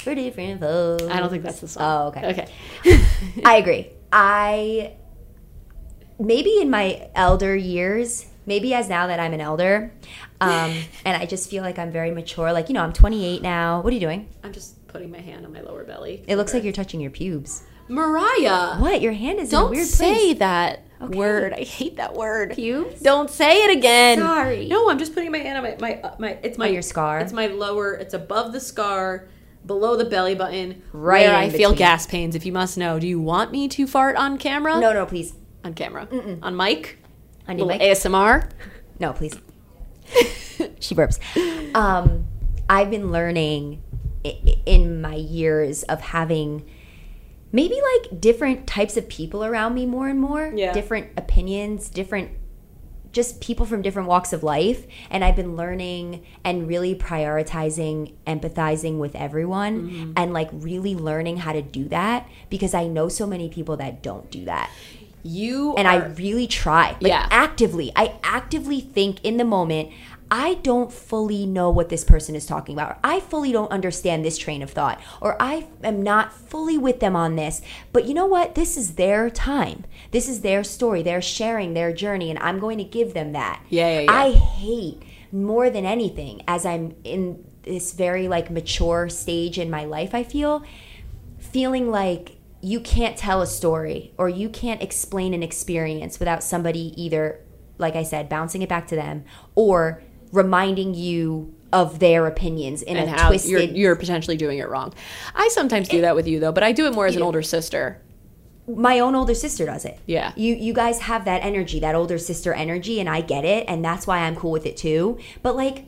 S4: for different folks.
S3: I don't think that's the song.
S4: Oh, okay.
S3: Okay.
S4: I agree. I maybe in my elder years, maybe as now that I'm an elder, um, and I just feel like I'm very mature. Like you know, I'm 28 now. What are you doing?
S3: I'm just putting my hand on my lower belly.
S4: It looks like you're touching your pubes.
S3: Mariah.
S4: What? Your hand is in a
S3: Don't
S4: weird
S3: say
S4: place.
S3: that word. I hate that word.
S4: Pubes?
S3: Don't say it again.
S4: Sorry.
S3: No, I'm just putting my hand on my my, uh, my it's my
S4: On your scar?
S3: It's my lower. It's above the scar, below the belly button.
S4: Right
S3: where
S4: in
S3: I feel
S4: between.
S3: gas pains. If you must know, do you want me to fart on camera?
S4: No, no, please.
S3: On camera. On mic.
S4: I need
S3: Little
S4: my
S3: ASMR.
S4: No, please. she burps. Um, I've been learning i- i- in my years of having maybe like different types of people around me more and more,
S3: Yeah.
S4: different opinions, different just people from different walks of life and i've been learning and really prioritizing empathizing with everyone and like really learning how to do that because i know so many people that don't do that
S3: You
S4: and
S3: are-
S4: I really try. Like
S3: Yeah.
S4: actively. I actively think in the moment, I don't fully know what this person is talking about. Or I fully don't understand this train of thought. Or I am not fully with them on this. But you know what? This is their time. This is their story. They're sharing their journey and I'm going to give them that.
S3: Yeah, yeah, yeah.
S4: I hate more than anything as I'm in this very like mature stage in my life, I feel feeling like you can't tell a story or you can't explain an experience without somebody either, like I said, bouncing it back to them or reminding you of their opinions in
S3: and
S4: a
S3: how
S4: twisted.
S3: you're, you're potentially doing it wrong. I sometimes do that with you though, but I do it more as an older sister.
S4: my own older sister does it.
S3: Yeah.
S4: You you guys have that energy, that older sister energy, and I get it, and that's why I'm cool with it too. But like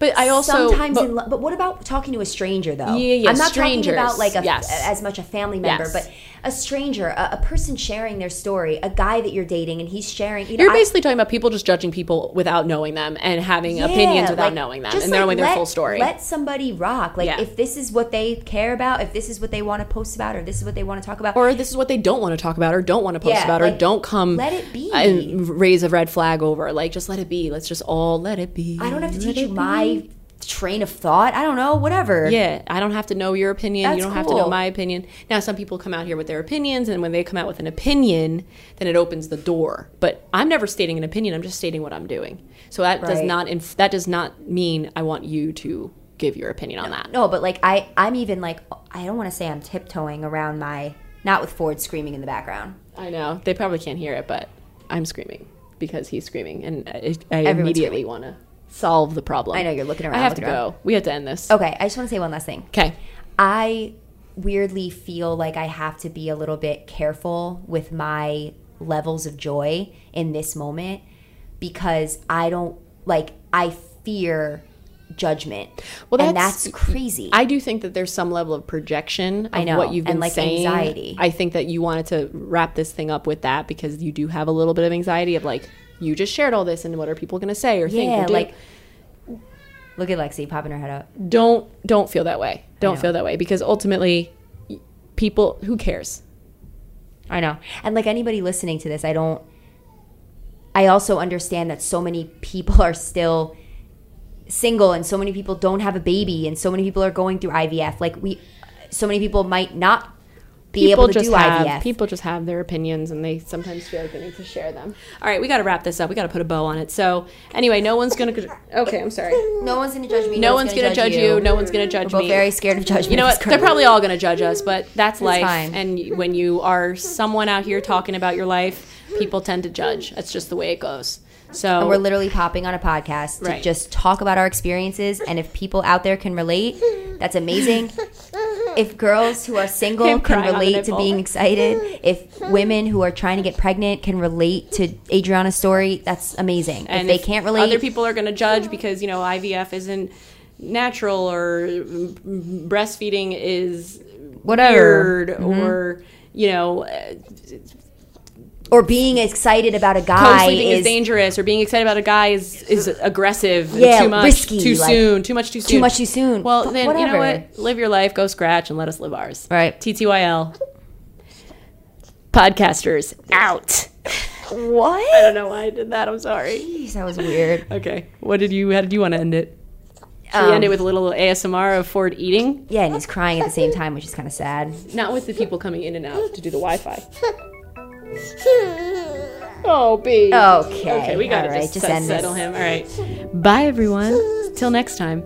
S3: But I also
S4: sometimes
S3: but-
S4: in love. But what about talking to a stranger though?
S3: Yeah, yeah,
S4: I'm not
S3: strangers,
S4: talking about like a,
S3: yes.
S4: as much a family member,
S3: Yes.
S4: but a stranger, a, a person sharing their story, a guy that you're dating, and he's sharing. You know,
S3: You're
S4: I-
S3: basically talking about people just judging people without knowing them and having
S4: Yeah,
S3: opinions without
S4: like,
S3: knowing them
S4: just,
S3: and knowing
S4: like,
S3: their
S4: let-
S3: full story.
S4: Let somebody rock. Like
S3: Yeah.
S4: if this is what they care about, if this is what they want to post about, or this is what they want to talk about,
S3: or this is what they don't want to talk about or don't want to post
S4: Yeah,
S3: about or
S4: like,
S3: don't come
S4: let it be.
S3: and raise a red flag over like just let it be let's just all let it be
S4: I don't have to
S3: Let
S4: teach
S3: it
S4: you
S3: be.
S4: my train of thought. I don't know, whatever.
S3: yeah i don't have to know your opinion you
S4: That's
S3: don't have to know
S4: cool.
S3: my opinion now some people come out here with their opinions and when they come out with an opinion then it opens the door but i'm never stating an opinion i'm just stating what i'm doing so that does
S4: Right.
S3: not inf- that does not mean i want you to give your opinion on that
S4: No, but like I, I'm even like I don't want to say I'm tiptoeing around my not with Ford screaming in the background.
S3: I know they probably can't hear it, but I'm screaming because he's screaming, and I, I
S4: Everyone's
S3: immediately want to solve the problem.
S4: I know, you're looking
S3: I
S4: around, Oh.
S3: have
S4: looking
S3: to go. We have to end this.
S4: Okay, I just want to say one last thing.
S3: Okay.
S4: I weirdly feel like I have to be a little bit careful with my levels of joy in this moment because I don't like I fear judgment.
S3: Well,
S4: and
S3: that's-
S4: that's crazy.
S3: I do think that there's some level of projection of
S4: I know,
S3: what you've been
S4: and, like,
S3: saying.
S4: anxiety.
S3: I think that you wanted to wrap this thing up with that because you do have a little bit of anxiety of like you just shared all this, and what are people going to say or think?
S4: yeah,
S3: Or do?
S4: like look at Lexi popping her head up.
S3: don't don't feel that way. Don't
S4: know.
S3: feel that way because ultimately, y- people who cares?
S4: I know. And like anybody listening to this, I don't. I also understand that so many people are still single and so many people don't have a baby and so many people are going through IVF. Like, we, so many people might not be
S3: people
S4: able to
S3: just
S4: do
S3: have
S4: IVF.
S3: people just have their opinions and they sometimes feel like they need to share them. All right, we got to wrap this up. We got to put a bow on it. So anyway, no one's gonna. Okay, I'm sorry.
S4: no one's going to judge me.
S3: No one's gonna judge you. No one's gonna judge
S4: We're both
S3: me.
S4: very scared of judgment.
S3: You know what? They're
S4: Currently.
S3: probably all going to judge us, but that's life.
S4: fine.
S3: And y- when you are someone out here talking about your life, people tend to judge. That's just the way it goes. So
S4: And we're literally popping on a podcast to
S3: Oh. Right.
S4: just talk about our experiences. And if people out there can relate, that's amazing. If girls who are single
S3: I'm
S4: can
S3: crying on the
S4: relate to
S3: nipple.
S4: being excited, if women who are trying to get pregnant can relate to Adriana's story, that's amazing.
S3: and
S4: if they can't relate,
S3: other people are going to judge because you know IVF isn't natural or mm, breastfeeding is
S4: whatever.
S3: weird or you know uh,
S4: Or being excited about a guy
S3: co-sleeping is,
S4: is,
S3: dangerous or being excited about a guy is is aggressive and
S4: Yeah,
S3: too much
S4: risky,
S3: too
S4: like-
S3: soon too much too soon
S4: much too soon.
S3: well
S4: But
S3: then you know
S4: whatever.
S3: what live your life go scratch and let us live ours
S4: Right.
S3: ttyl podcasters out
S4: What?
S3: i don't know why i did that i'm sorry
S4: Jeez, that was weird.
S3: okay what did you how did you want to end it should we
S4: Um,
S3: end it with a little asmr of ford eating
S4: Yeah, and he's crying at the same time, which is kind of sad.
S3: not with the people coming in and out to do the wi-fi oh b
S4: Okay.
S3: okay we got
S4: all
S3: to
S4: right,
S3: just, settle him all right bye everyone till next time